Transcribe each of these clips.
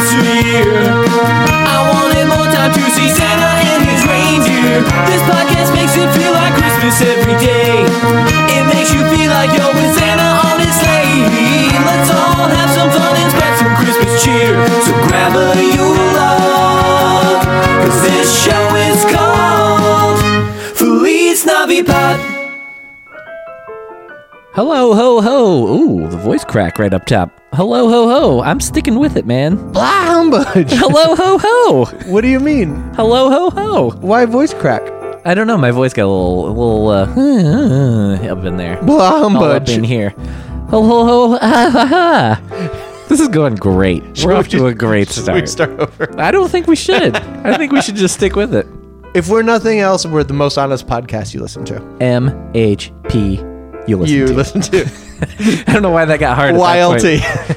year. I wanted more time to see Santa and his reindeer. This podcast makes it feel like Christmas every day. It makes you feel like you're with Santa on his sleigh. Let's all have some fun and spread some Christmas cheer. So grab a you love, cause this show is called Feliz Navipod. Hello, ho, ho. Ooh, the voice crack right up top. Hello, ho, ho. I'm sticking with it, man. Blah humbug. Hello, ho, ho. what do you mean? Hello, ho, ho. Why voice crack? I don't know. My voice got a little, a little uh, up in there. Blah All up in humbug. here. Ho, ho, ho. Ah, ha, ha. This is going great. We're off to a great We start. start over. I don't think we should. I think we should just stick with it. If we're nothing else, we're the most honest podcast you listen to. MHP. You listen. you to. listen to I don't know why that got hard. at that point. YLT.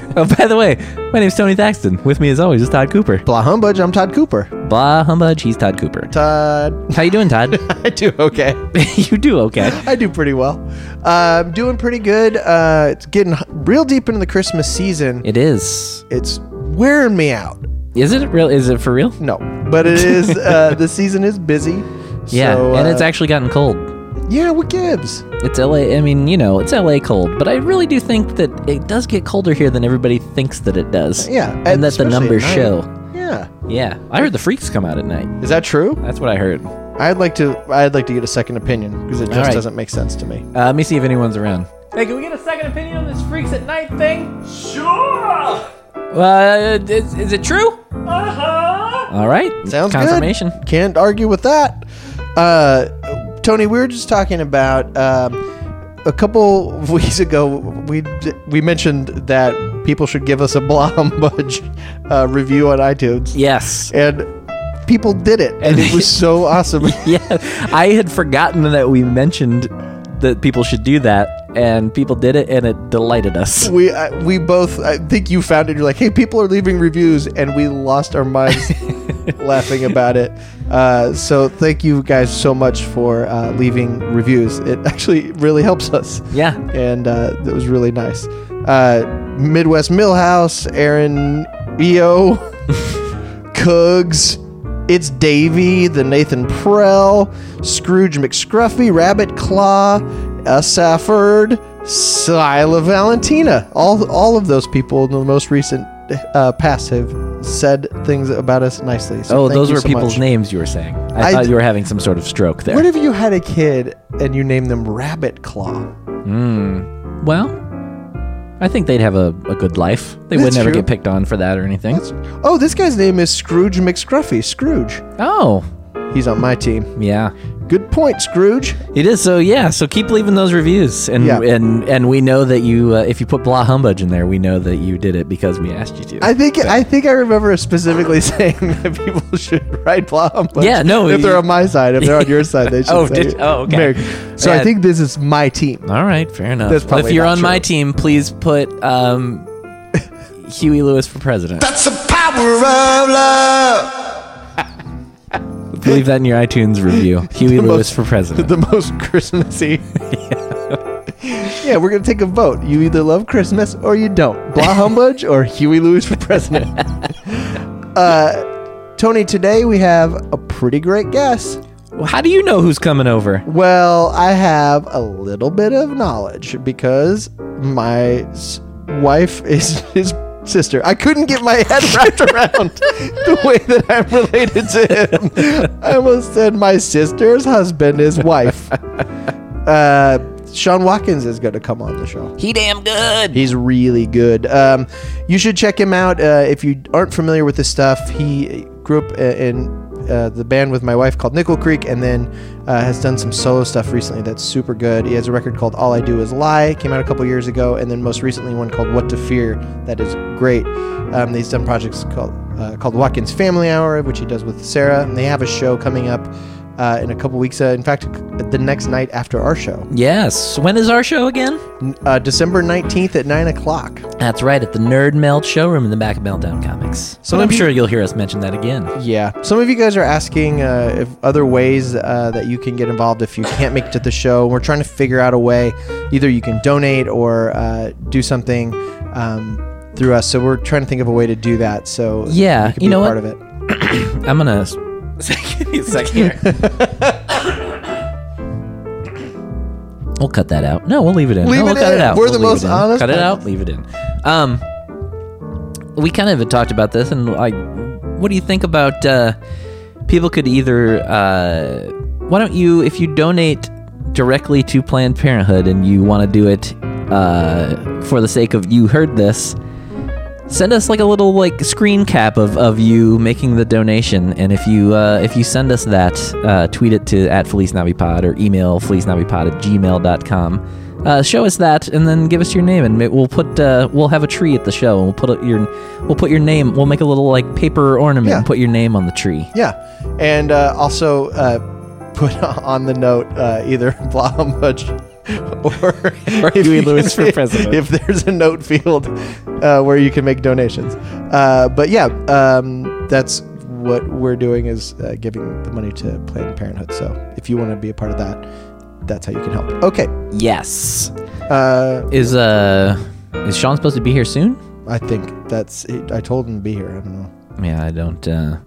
Oh, by the way, my name's Tony Thaxton. With me, as always, is Todd Cooper. Blah humbug. I'm Todd Cooper. Blah humbug. He's Todd Cooper. Todd. How you doing, Todd? I do okay. you do okay. I do pretty well. Uh, I'm doing pretty good. Uh, it's getting h- real deep into the Christmas season. It is. It's wearing me out. Is it real? Is it for real? No, but it is. Uh, the season is busy. Yeah, So, and it's uh, actually gotten cold. yeah. What gives? It's LA. I mean, you know, it's LA cold, but I really do think that it does get colder here than everybody thinks that it does. Yeah, and that the especially at numbers night. show. Yeah. Yeah, I heard the freaks come out at night. Is that true? That's what I heard. Uh, I'd like to. I'd like to get a second opinion because it just right. doesn't make sense to me. Uh, let me see if anyone's around. Hey, can we get a second opinion on this freaks at night thing? Uh, is, is it true? Uh-huh. All right. Sounds confirmation. good. Can't argue with that. Uh, Tony, we were just talking about um, a couple of weeks ago. We we mentioned that people should give us a blah budge uh, review on iTunes, Yes. and people did it, and it was so awesome. yeah, I had forgotten that we mentioned that people should do that, and people did it, and it delighted us. We I, we both I think you found it. You're like, hey, people are leaving reviews, and we lost our minds laughing about it. Uh, so thank you guys so much for uh, leaving reviews. It actually really helps us. Yeah. and uh, that was really nice. Uh, Midwest Millhouse, Aaron Eo, Coogs, It's Davy, the Nathan Prell, Scrooge McScruffy, Rabbit Claw, uh, Safford, Sila Valentina. All all of those people in the most recent uh, past have said things about us nicely. So Oh, thank those you were so people's much. names you were saying. I, I thought d- you were having some sort of stroke there. What if you had a kid and you named them Rabbit Claw? Mm. Well, I think they'd have a, a good life. They would That's never true. get picked on for that or anything. Oh, this guy's name is Scrooge McScruffy. Scrooge. oh, He's on my team. yeah. Good point, Scrooge. It is so yeah. So keep leaving those reviews, and Yeah. and and we know that you uh, if you put blah humbug in there, we know that you did it because we asked you to. I think I think I remember specifically saying that people should write blah humbug. Yeah, no, If you- they're on my side, if they're on your side, they should. Oh, say did- it. oh, okay. Merry- So Yeah. I think this is my team. All right, fair enough. That's Well, if probably you're not on my true. team, please put um, Huey Lewis for president. That's the power of love. Leave that in your iTunes review. Huey The Lewis most- for president. The most Christmassy. yeah, we're gonna take a vote. You either love Christmas or you don't. Blah humbug or Huey Lewis for president. uh, Tony, today we have a pretty great guest. Well, How do you know who's coming over? Well, I have a little bit of knowledge because my s- wife is his sister. I couldn't get my head wrapped around the way that I'm related to him. I almost said my sister's husband is wife. Uh, Sean Watkins is going to come on the show. He damn good. He's really good. Um, you should check him out uh, if you aren't familiar with this stuff. He grew up i- in uh, the band with my wife called Nickel Creek, and then uh, has done some solo stuff recently that's super good. He has a record called All I Do Is Lie, came out a couple years ago, and then most recently one called What to Fear that is great. Um, he's done projects called uh, called Watkins Family Hour, which he does with Sarah, and they have a show coming up. Uh, in a couple weeks, uh, in fact, the next night after our show, Yes. When is our show again? N- uh, December nineteenth at nine o'clock. That's right, at the Nerd Melt showroom in the back of Meltdown Comics. So Some I'm of you- sure you'll hear us mention that again. Yeah. Some of you guys are asking uh, if other ways uh, that you can get involved if you can't make it to the show. We're trying to figure out a way. Either you can donate or uh, do something um, through us. So we're trying to think of a way to do that. So Yeah, could you be know a what? part of it. I'm gonna. Give me a second here. we'll cut that out. No, we'll leave it in. Leave no, we'll it cut in. it out. We're We'll the leave most it in. honest Cut it podcast. out. Leave it in. Um, we kind of had talked about this, and like, what do you think about uh, people could either? Uh, why don't you, if you donate directly to Planned Parenthood and you want to do it uh, for the sake of you heard this, send us like a little like screen cap of, of you making the donation and if you uh, if you send us that uh, tweet it to at felice navipod or email felice navipod at gmail.com uh, show us that and then give us your name and ma- we'll put uh, we'll have a tree at the show and we'll put a, your we'll put your name we'll make a little like paper ornament Yeah. and put your name on the tree Yeah, and uh, also uh, put on the note uh, either Blahomuch or, Or if Huey you- Lewis for president. If there's a note field uh, where you can make donations, uh, but yeah, um, that's what we're doing is uh, giving the money to Planned Parenthood. So if you want to be a part of that, that's how you can help. Okay, yes uh, is uh is sean supposed to be here soon I think that's. It. I told him to be here. I don't know. yeah i don't uh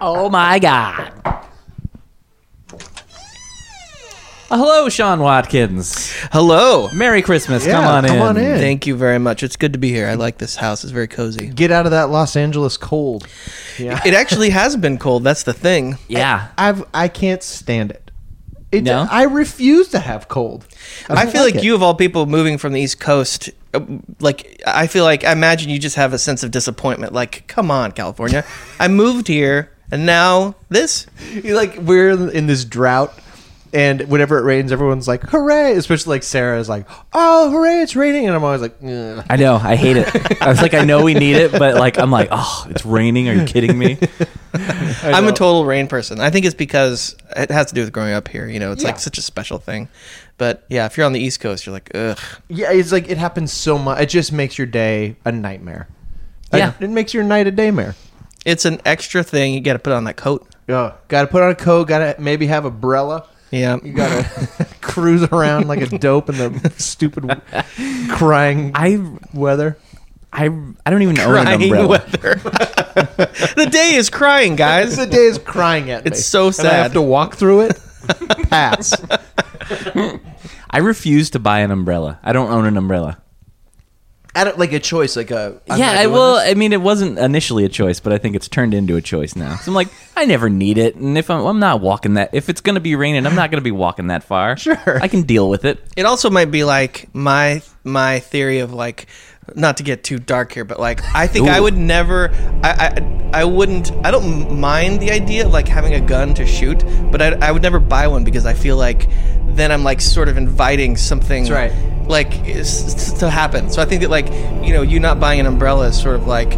oh my god Uh, hello sean watkins Hello. Merry Christmas. Yeah, come on come in. on in. Thank you very much. It's good to be here. I like this house. It's very cozy. Get out of that Los Angeles cold. It actually has been cold. That's the thing. Yeah. I've I can't stand it. It No? I refuse to have cold. I, don't feel like, it. you of all people moving from the East Coast, uh, like I feel like I imagine you just have a sense of disappointment. Like, come on, California. I moved here and now this. You like we're in this drought, and whenever it rains, everyone's like, "Hooray!" Especially like Sarah is like, "Oh, hooray! It's raining!" And I'm always like, "Ugh." I know. I hate it. I was like, I know we need it, but like, I'm like, oh, it's raining. Are you kidding me? I'm a total rain person. I think it's because it has to do with growing up here. You know, it's like such a special thing. But yeah, if you're on the East Coast, you're like, ugh. "Yeah." It's like it happens so much. It just makes your day a nightmare. Yeah. it, it makes your night a daymare. It's an extra thing. You got to put on that coat. Yeah, got to put on a coat. Got to maybe have umbrella. Yeah. You got to cruise around like a dope in the stupid crying I, weather. I, I don't even own an Crying umbrella. weather. the day is crying, guys. The day is crying at me. It's so And I have sad. to walk through it. Pass. I refuse to buy an umbrella. I don't own an umbrella. I don't like a choice, like a I'm yeah, not I doing will. this. I mean, it wasn't initially a choice, but I think it's turned into a choice now. So I'm like, I never need it, and if I'm, I'm not walking that, if it's gonna be raining, I'm not gonna be walking that far. Sure. I can deal with it. it also might be like my my theory of like not to get too dark here but like i think i Ooh. would never I, I i wouldn't i don't mind the idea of like having a gun to shoot but i, I would never buy one because i feel like then i'm like sort of inviting something That's right. like is- to happen so i think that like you know you not buying an umbrella is sort of like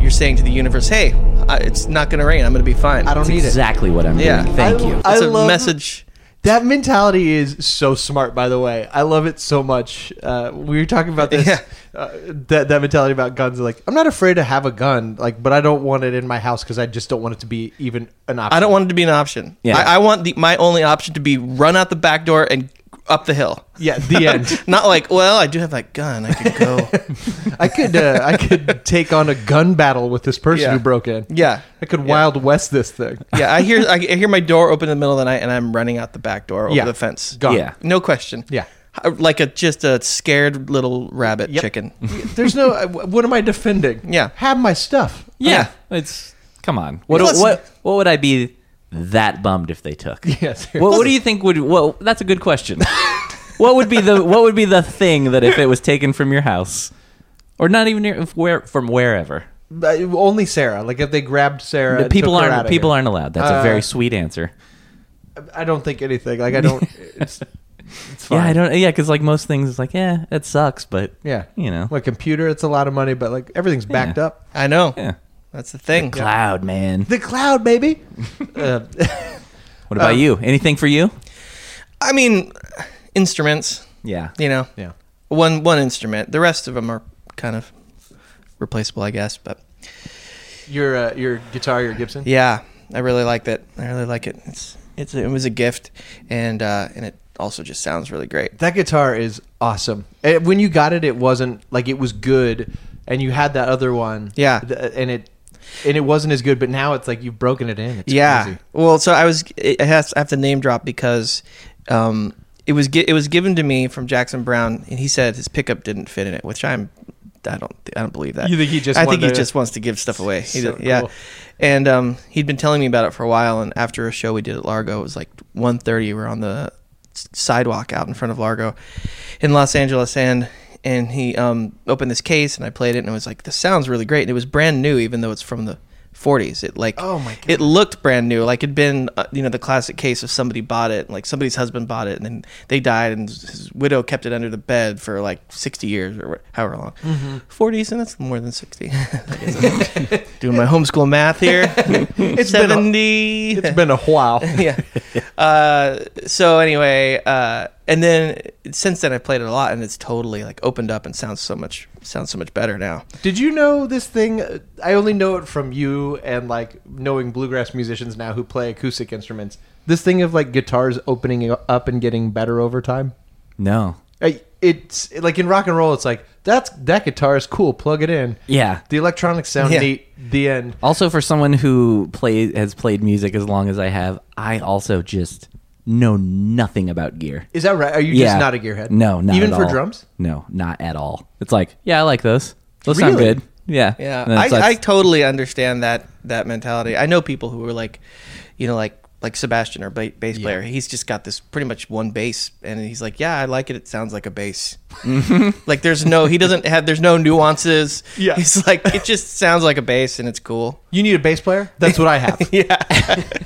you're saying to the universe hey I, it's not gonna rain i'm gonna be fine I don't That's need exactly what I'm Yeah. doing. Thank I- you. it's a love- message it. That mentality is so smart, by the way. I love it so much. Uh, we were talking about this. Yeah. Uh, that that mentality about guns, like I'm not afraid to have a gun, like, but I don't want it in my house because I just don't want it to be even an option. I don't want it to be an option. Yeah. I, I want the, my only option to be run out the back door and up the hill. Yeah, the end. Not like, well, I do have that gun. I could go. I could uh, I could take on a gun battle with this person Yeah. who broke in. yeah. I could Wild West this thing. Yeah. I hear I hear my door open in the middle of the night and I'm running out the back door over Yeah. the fence. Gone. Yeah. No question. Yeah. Uh, Like a just a scared little rabbit Yep. chicken. There's no. uh, wh- What am I defending? Yeah. Have my stuff. Yeah, it's come on. What Plus- what what would I be that bummed if they took? Yeah, What, what do you think would? Well, that's a good question. what would be the what would be the thing that if it was taken from your house, or not even your, if where from wherever? Uh, only Sarah. Like if they grabbed Sarah, The and people took her aren't outta people here. aren't allowed. That's a Uh, very sweet answer. I don't think anything. Like I don't. It's, it's fine. Yeah, I don't. Yeah, because like most things, it's like yeah, it sucks, but Yeah, you know, like computer. It's a lot of money, but like everything's backed Yeah. up. I know. yeah, That's the thing. cloud man. The cloud, baby. uh, What about you? Anything for you? I mean, instruments. Yeah, You know. yeah. One one instrument. The rest of them are kind of replaceable, I guess. But Your uh, your guitar, your Gibson. Yeah, I really liked it. I really like it. It's it's it was a gift, and uh, and it also just sounds really great. That guitar is awesome. Eh, when you got it, it wasn't like it was good, and you had that other one. Yeah. th- and it and it wasn't as good, but now it's like you've broken it in. It's yeah. crazy. Well, so I was. It has, I have to name drop because um, it was gi- it was given to me from Jackson Brown, and he said his pickup didn't fit in it, which I'm. I don't. I don't believe that. You think he just I wanted think he to- just wants to give stuff away. He So did- yeah. cool. And um, he'd been telling me about it for a while. And after a show we did at Largo, it was like 1.30 We were on the s- sidewalk out in front of Largo in Los Angeles, and and he um, opened this case, and I played it, and it was like, this sounds really great. And it was brand new, even though it's from the 40s. It like Oh my God. it looked brand new. Like it'd been, uh, you know, the classic case of somebody bought it, like somebody's husband bought it, and then they died, and his widow kept it under the bed for like 60 years or wha- however long. Mm-hmm. 40s, and that's more than 60. I guess. Doing my homeschool math here. it's been a- 70. It's been a while. yeah. Uh, so anyway, uh, and then since then I played it a lot, and it's totally like opened up and sounds so much sounds so much better now. Did you know this thing? I only know it from you and like knowing bluegrass musicians now who play acoustic instruments. This thing of like guitars opening up and getting better over time. No. I- It's like in rock and roll. It's like that's that guitar is cool. Plug it in. Yeah. The electronics sound Yeah. neat. The end. Also, for someone who play has played music as long as I have, I also just know nothing about gear. Is that right? Are you yeah. just not a gearhead? No, not even at for all. drums. No, not at all. It's like, yeah, I like those. Those sound Really? good. Yeah. Yeah, And I, it's like- I totally understand that that mentality. I know people who are like, you know, like like Sebastian, our ba- bass player. He's just got this pretty much one bass, and he's like, yeah, I like it. It sounds like a bass. like there's no, he doesn't have, there's no nuances. Yeah. he's like, it just sounds like a bass, and it's cool. You need a bass player. That's what I have. Yeah,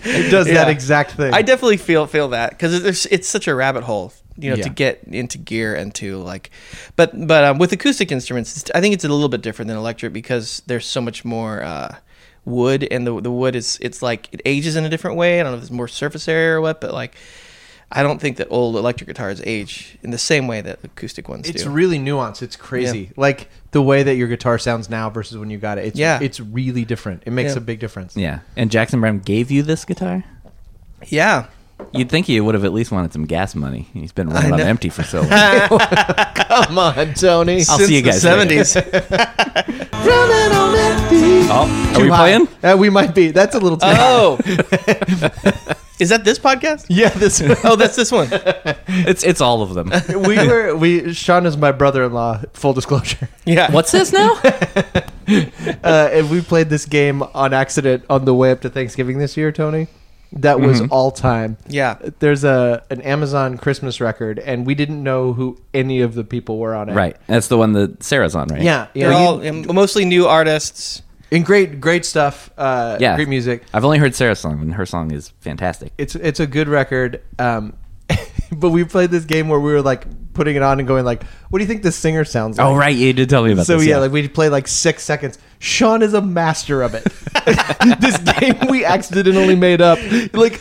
It does Yeah. that exact thing. I definitely feel feel that because it's it's such a rabbit hole, you know, Yeah. to get into gear and to like, but but um, with acoustic instruments, it's, I think it's a little bit different than electric because there's so much more uh, wood, and the the wood is it's like it ages in a different way. I don't know if it's more surface area or what, but like. I don't think that old electric guitars age in the same way that acoustic ones it's do. really nuanced. It's crazy. Like the way that your guitar sounds now versus when you got it. It's, Yeah. It's really different. It makes Yeah. a big difference. yeah. And Jackson Brown gave you this guitar? yeah, You'd think he would have at least wanted some gas money. He's been running on know. empty for so long. Come on, Tony. I'll see you guys. later. seventies. Oh, are we playing? Uh, we might be. That's a little too high. oh, is that this podcast? Yeah, this Oh, that's this one. It's it's all of them. we were we Sean is my brother-in-law, full disclosure. Yeah. What's this now? Uh, and we played this game on accident on the way up to Thanksgiving this year, Tony. That was Mm-hmm. all time. Yeah. There's a an Amazon Christmas record and we didn't know who any of the people were on it. right. That's the one that Sarah's on, right? Yeah. They're yeah. all um, mostly new artists. and great great stuff. Uh Yeah. great music. I've only heard Sarah's song, and her song is fantastic. it's it's a good record. Um, but we played this game where we were like putting it on and going like, "What do you think this singer sounds like?" Oh, right. You did tell me about So this. yeah, like we'd play like six seconds. Sean is a master of it. this game we accidentally made up, like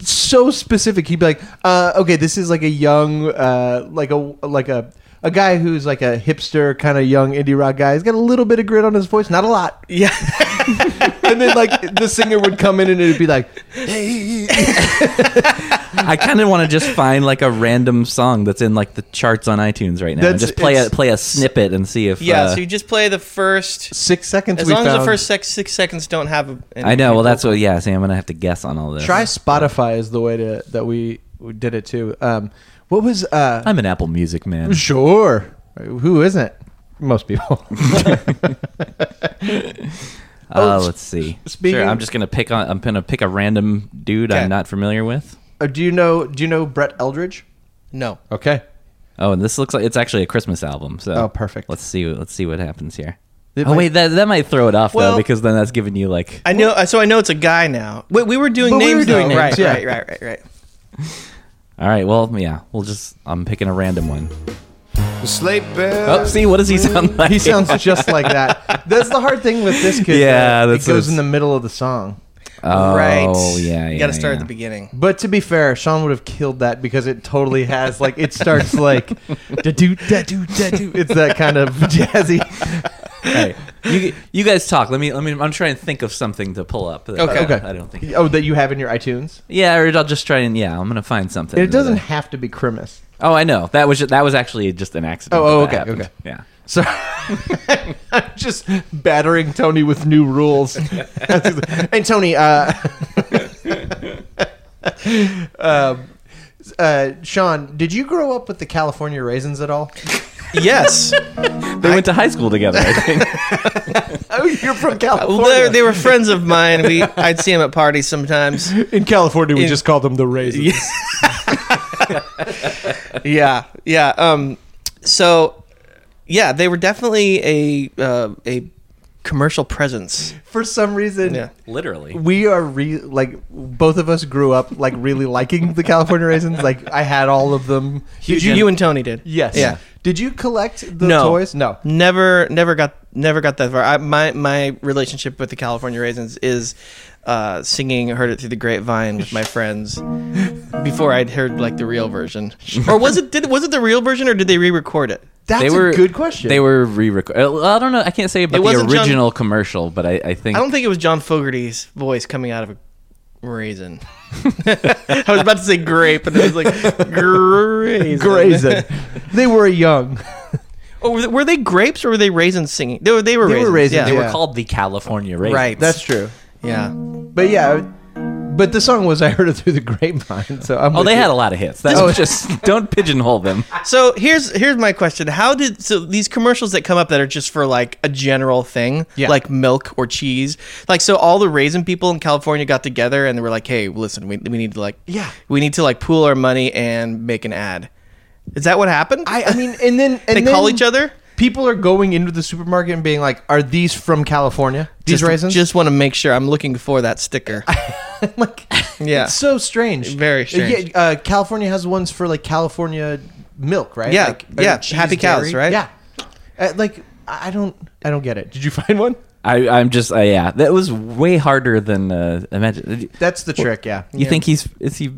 so specific. He'd be like, uh, "Okay, this is like a young, uh, like a like a." A guy who's like a hipster kind of young indie rock guy. He's got a little bit of grit on his voice, not a lot. Yeah. And then like the singer would come in and it'd be like, I kind of want to just find like a random song that's in like the charts on iTunes right now, and That's- just play a it's- play a snippet and see if. Yeah, uh, so you just play the first. six seconds. As we long as the found." first six, six seconds don't have. A, an- I know. Well, that's what. Yeah, see, I'm gonna have to guess on all this. Try Spotify is the way to that we, we did it too. Um, what was uh, I'm an Apple Music man. sure? Who isn't? Most people. Uh, Oh, let's see. speaking- Sure, I'm just gonna pick on. I'm gonna pick a random dude Okay. I'm not familiar with. Uh, do you know? Do you know Brett Eldridge? No. Okay. Oh, and this looks like it's actually a Christmas album. So Oh, perfect. Let's see. Let's see what happens here. It oh might- wait, that that might throw it off Well- though, because then that's giving you like. I know. So I know it's a guy now. We, we were doing But we names. were doing though. names, right, yeah. right. Right. Right. Right. All right. Well, yeah. We'll just. I'm picking a random one. Sleigh bells Oh, see, what does he sound like? He sounds just like that. That's the hard thing with this kid. Yeah, though. it that's- goes that's- in the middle of the song. Oh, right. yeah. You yeah, got to start yeah. at the beginning. But to be fair, Sean would have killed that because it totally has like it starts like da do da do da do. It's that kind of jazzy. Right. You, you guys talk. Let me. Let me. I'm trying to think of something to pull up. that- Okay. Okay. I don't think. Oh, that you have in your iTunes. Yeah, or I'll just try and. Yeah, I'm gonna find something. It doesn't have to be Crimus. Oh, I know. That was ju- that was actually just an accident. Oh, oh, that okay, happened. okay. Yeah. So I'm just battering Tony with new rules. and Tony, uh, um, uh, Sean, did you grow up with the California raisins at all? yes. They went to high school together. I think. Oh, you're from Well, they, they were friends of mine. We I'd see them at parties sometimes. In California, we In- just call them the raisins. yeah yeah um so yeah they were definitely a uh, a commercial presence For some reason, yeah Literally. we are re- like both of us grew up like really liking the California raisins. Like I had all of them. did you, you and tony did Yes. yeah Did you collect the No. toys? No. never never got never got that far I, my my relationship with the california raisins is uh, singing heard it through the grapevine with my friends before i'd heard like the real version or was it did was it the real version or did they re-record it That's They were a good question. They were re-recorded. I don't know. I can't say about It the wasn't John- original commercial, but I, I think. I don't think it was John Fogerty's voice coming out of a raisin. I was about to say grape, and it was like raisin. Grayson. they were young. Oh, were, they, were they grapes or were they raisins singing? They were. They were They raisins. were raisins, Yeah. they were yeah. called the California Raisins. Right. That's true. Yeah. But yeah, but the song was I heard it through the grapevine. So I'm Oh, with they you. had a lot of hits. That was just don't pigeonhole them. So here's here's my question: How did so these commercials that come up that are just for like a general thing, Yeah. like milk or cheese, like so all the raisin people in California got together and they were like, "Hey, listen, we, we need to like Yeah. we need to like pool our money and make an ad." Is that what happened? I, I mean, and then and they call then each other. People are going into the supermarket and being like, "Are these from California? These just, raisins?" Just want to make sure I'm looking for that sticker. like, Yeah. it's so strange. Very strange. Yeah, uh, California has ones for like California milk, right? Yeah, Like, yeah, cheese, Happy Cows, right? Yeah, uh, like I I don't, I don't get it. Did you find one? I, I'm just. Uh, yeah. That was way harder than uh, imagine. That's the trick. Yeah. You think he's is he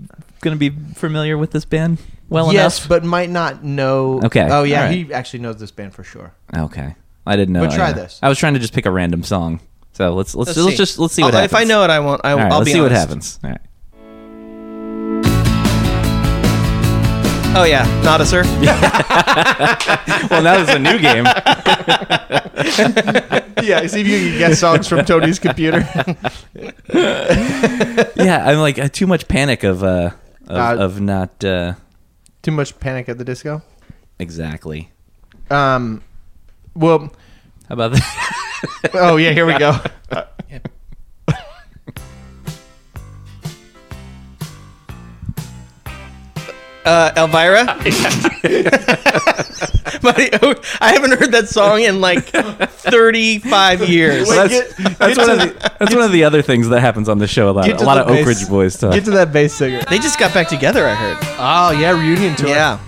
going to be familiar with this band well yes, enough? but might not know. Okay, Oh yeah, alright. he actually knows this band for sure. okay, I didn't know. But try I, this. I was trying to just pick a random song. So let's let's let's, just let's see I'll- what happens. If I know it, I won't. I, All right, I'll let's be see what honest. happens. All right. Oh yeah, not a sir. Well, now there's a new game. yeah, see if you can guess songs from Tony's computer. yeah, I'm like uh, too much panic of uh of, Uh, of not uh, Too much Panic at the Disco. exactly. Um, well, How about that? oh yeah, here we go. Uh, Elvira. Buddy, oh, I haven't heard that song in like 35 years. Wait, that's get- that's, one, get to of the, that's one of the other things that happens on the show a lot. Get A to lot the of Oak bass. Ridge Boys stuff. Get to that bass singer. They just got back together. I heard. Oh yeah, reunion tour. Yeah.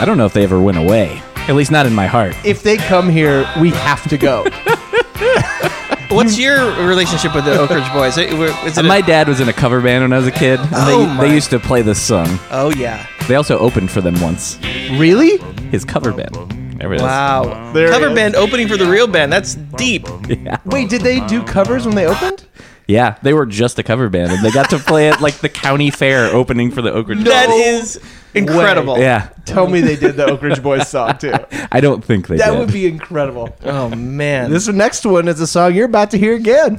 I don't know if they ever went away. At least not in my heart. If they come here, we have to go. Hmm. What's your relationship with the Oak Ridge Boys? Is it- is it a- My dad was in a cover band when I was a kid. And Oh, they, my. they used to play this song. oh yeah. They also opened for them once. really? His cover band. There it is. Wow. There Cover it is. band opening for the real band. That's deep. Yeah. Wait, did they do covers when they opened? yeah, they were just a cover band, and they got to play at like the county fair opening for the Oak Ridge. That is incredible. Yeah, Tell me they did the Oak Ridge Boys song too. I don't think they That did. would be incredible. Oh man. This next one is a song you're about to hear again.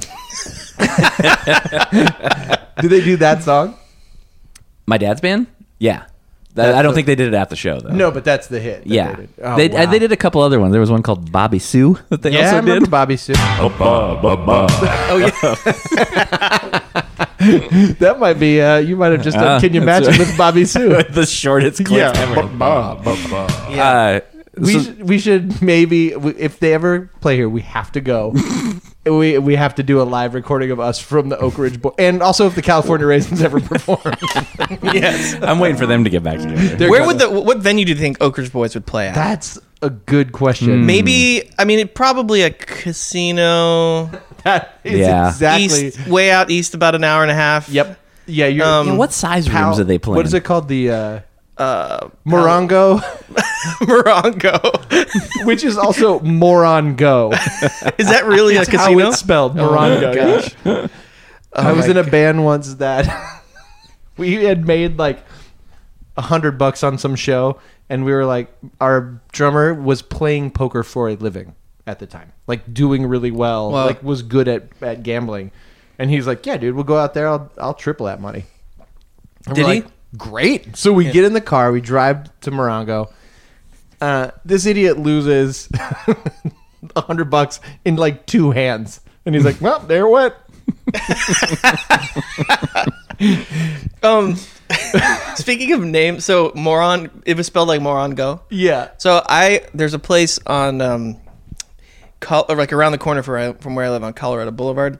do they do that song? My dad's band? Yeah. That, I don't think they did it at the show though. No, but that's the hit. that Yeah. They did. Oh, they, uh, wow. they did a couple other ones. There was one called Bobby Sue that they Yeah, I also remember did. Bobby Sue. oh yeah. That might be. Uh, you might have just done. Uh, Can you that's match it right. with Bobby Sue? the shortest clip Yeah. ever. Uh, We, so- sh- we should maybe we- if they ever play here, we have to go. we we have to do a live recording of us from the Oak Ridge Boy, and also if the California Raisins ever perform. yes. I'm waiting for them to get back together. Where would the what venue do you think Oak Ridge Boys would play at? That's a good question. Mm. Hmm. Maybe I mean it probably a casino That is Yeah. exactly. east way out east about an hour and a half. Yep. Yeah. You're, Um, what size Pal- rooms are they playing? What is it called? The uh, uh, Morongo, Morongo. which is also Moron Go. Is that really a How casino? Oh it's spelled, Morongo. gosh. Oh I was my in a band once that we had made like a hundred bucks on some show, and we were like, our drummer was playing poker for a living at the time, like doing really well, Wow. like was good at, at gambling, and he's like, "Yeah, dude, we'll go out there. I'll I'll triple that money." And Did we're he? like, Great. So we get in the car, we drive to Morongo. Uh, this idiot loses a hundred bucks in like two hands, and he's like, "Well, there it went." Um, speaking of name, so moron, it was spelled like moron go. Yeah. So I there's a place on um, Col- or like around the corner from where, I, from where I live on Colorado Boulevard,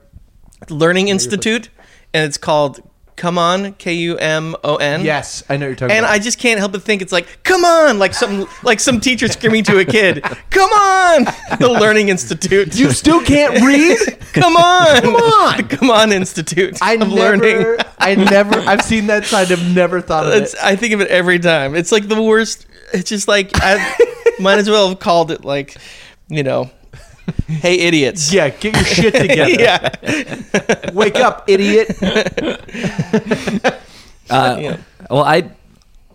Learning Institute, and it's called Come On K U M O N. Yes, I know what you're talking And about. I just can't help but think it's like, come on, like some like some teacher screaming to a kid, come on, the Learning Institute, you still can't read? come on, come on, the Come On Institute I of never, Learning. I never, I've seen that side. I've never thought of It's, it. I think of it every time. It's like the worst. It's just like I might as well have called it like, you know, hey idiots. Yeah, get your shit together. yeah. Wake up, idiot. Oh, Uh, Yeah. Well, I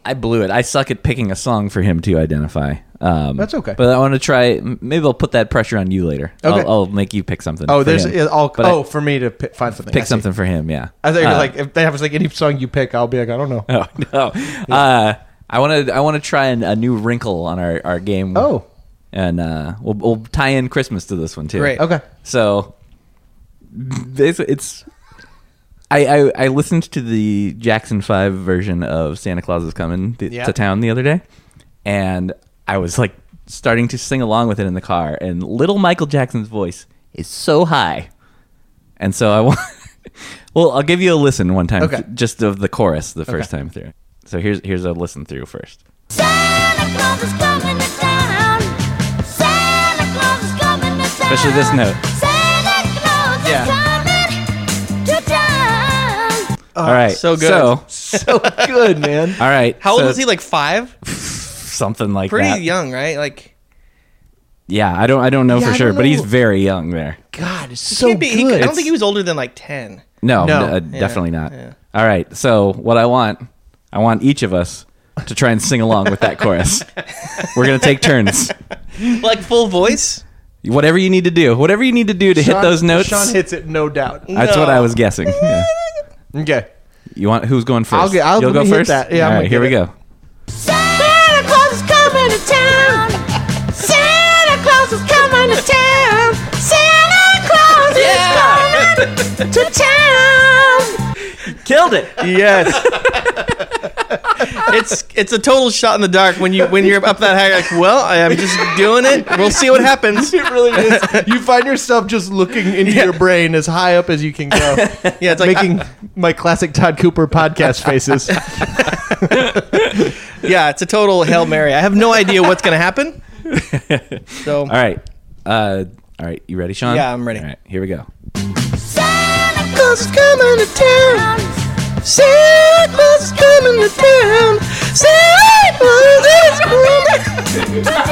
I blew it. I suck at picking a song for him to identify. Um, That's okay. But I want to try. m- Maybe I'll put that pressure on you later. Okay. I'll, I'll make you pick something. Oh, for there's him. yeah, I'll, But I oh for me to pi find something. I pick see. something for him. Yeah. I thought you were Uh, like if they have like any song you pick, I'll be like I don't know. Oh no. Uh, I want to. I want to try an, a new wrinkle on our, our game. Oh. And uh, we'll, we'll tie in Christmas to this one too. Great. Okay. So it's, it's I, I I listened to the Jackson Five version of Santa Claus is Coming th- Yeah. to Town the other day, and I was like starting to sing along with it in the car, and little Michael Jackson's voice is so high, and so I want. well, I'll give you a listen one time, Okay. just of the chorus the first time through. So here's here's a listen through first. Santa Claus is coming to town. Santa Claus is coming to town. Especially this note. Santa Claus is Yeah. coming to town. all right, Uh, so good. So So good, man. all right, How old so was he? Like five? Something like Pretty that. young, right? Like Yeah, I don't I don't know Yeah, for I sure, don't but he's know. very young there. God, it's he so can't be- he- good. I don't think he was older than like ten. No, No. n- uh, Yeah, definitely not. yeah. All right. So what I want, I want each of us to try and sing along with that chorus. We're gonna take turns. Like full voice. Whatever you need to do, whatever you need to do to hit Sean- those notes. Sean hits it, no doubt. Mm. that's what No. I was guessing. Yeah. Okay. You want who's going 1st I'll get- I'll- You'll let go me hit first. that. Yeah, I'm All gonna right, here get we it. go. Santa Claus is coming to town. Santa Claus is coming to town. Santa Claus is coming to town. Killed it. Yes. it's it's a total shot in the dark when you when you're up that high. You're like, well, I am just doing it. We'll see what happens. It really is. You find yourself just looking into your brain as high up as you can go, Yeah, it's like making my classic Todd Cooper podcast faces. yeah, it's a total hail mary. I have no idea what's gonna happen. So All right. Uh, all right. You ready, Sean? Yeah, I'm ready. All right. Here we go. Santa Claus is coming to town. Santa Claus is coming to town. Santa Claus is coming to town.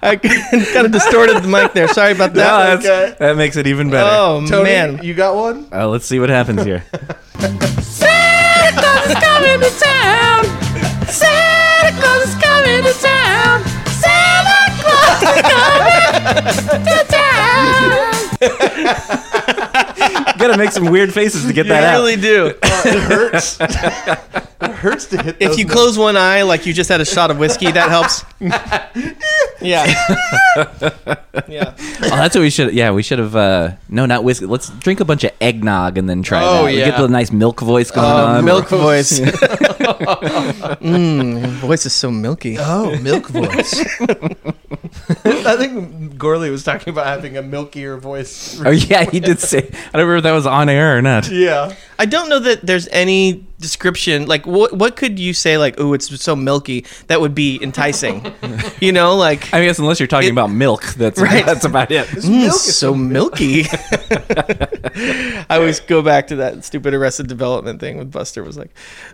I kind of distorted the mic there. Sorry about No, that. that's- That makes it even better. oh Tony, man, you got one? Uh, let's see what happens here. Santa Claus is coming to town. Santa Claus is coming to town. Santa Claus is coming to town. Gotta make some weird faces to get you that out. really do. It hurts. it hurts to hit. If those you notes. close one eye like you just had a shot of whiskey, that helps. Yeah. yeah. Oh, that's what we should. Yeah, we should have. Uh, no, not whiskey. Let's drink a bunch of eggnog and then try. Oh, that. We yeah. Uh, get the nice milk voice going on. milk voice. mm, your voice is so milky. Oh, milk voice. I think Gorley was talking about having a milkier voice. Oh yeah, he did say. I don't remember if that was on air or not. Yeah. I don't know that there's any description like what what could you say like oh it's so milky that would be enticing you know like I guess unless you're talking about milk, that's Right. that's about it. "Mm, so milky i always go back to that stupid arrested development thing with buster was like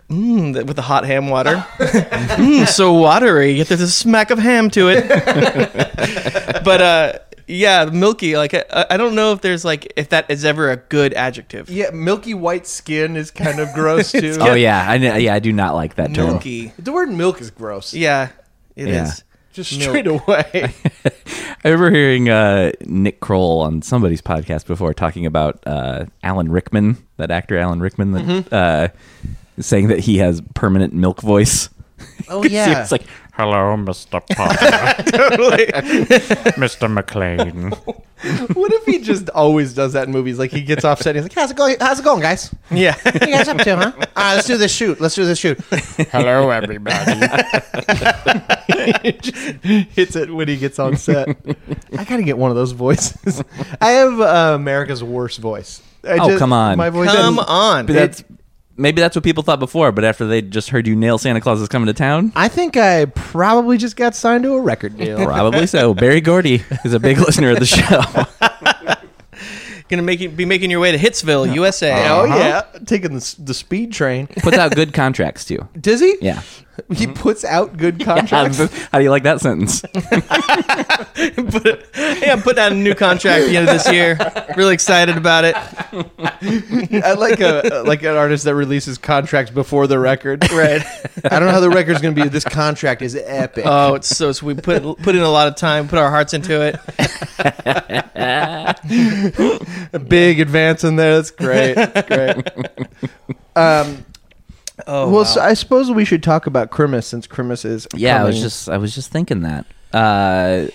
mm, that- with the hot ham water mm, so watery yet there's a smack of ham to it but uh yeah milky like I, I don't know if there's like if that is ever a good adjective Yeah, milky white skin is kind of gross too. Oh yeah, I kn- yeah, I do not like that term. milky The word milk is gross. yeah it is. Yeah. Just straight away. I remember hearing uh, Nick Kroll on somebody's podcast before talking about uh, Alan Rickman, that actor Alan Rickman, that, Mm-hmm. uh, saying that he has permanent milk voice. Oh 'Cause he yeah. was like Hello, Mr. Potter. Mr. McLean. what if he just always does that in movies? Like he gets off set, and he's like, "How's it going? How's it going, guys? What yeah you guys up to, huh? All right, let's do this shoot. Let's do this shoot." Hello, everybody. Hits it when he gets on set. I gotta get one of those voices. I have uh, America's worst voice. I Oh, come on. My voice. come I- on But that's maybe that's what people thought before, but after they just heard you nail Santa Claus is coming to town, I think I probably just got signed to a record deal. probably so. Barry Gordy is a big listener of the show. gonna make you be making your way to Hitsville, USA. Oh Uh-huh. yeah, taking the, s- the speed train. Puts out good contracts too. Does he? Yeah. Mm-hmm. He puts out good How contracts. do you like that sentence? But- hey, I'm putting out a new contract at the end of this year. Really excited about it. I like a like an artist that releases contracts before the record. Right. Uh, I don't know how the record's going to be. This contract is epic. Oh, it's so sweet. Put put in a lot of time, put our hearts into it. a big advance in there. That's great. That's great. Um, Oh, well, so I suppose we should talk about Christmas since Christmas is Yeah, I was coming. just I was just thinking that. Uh,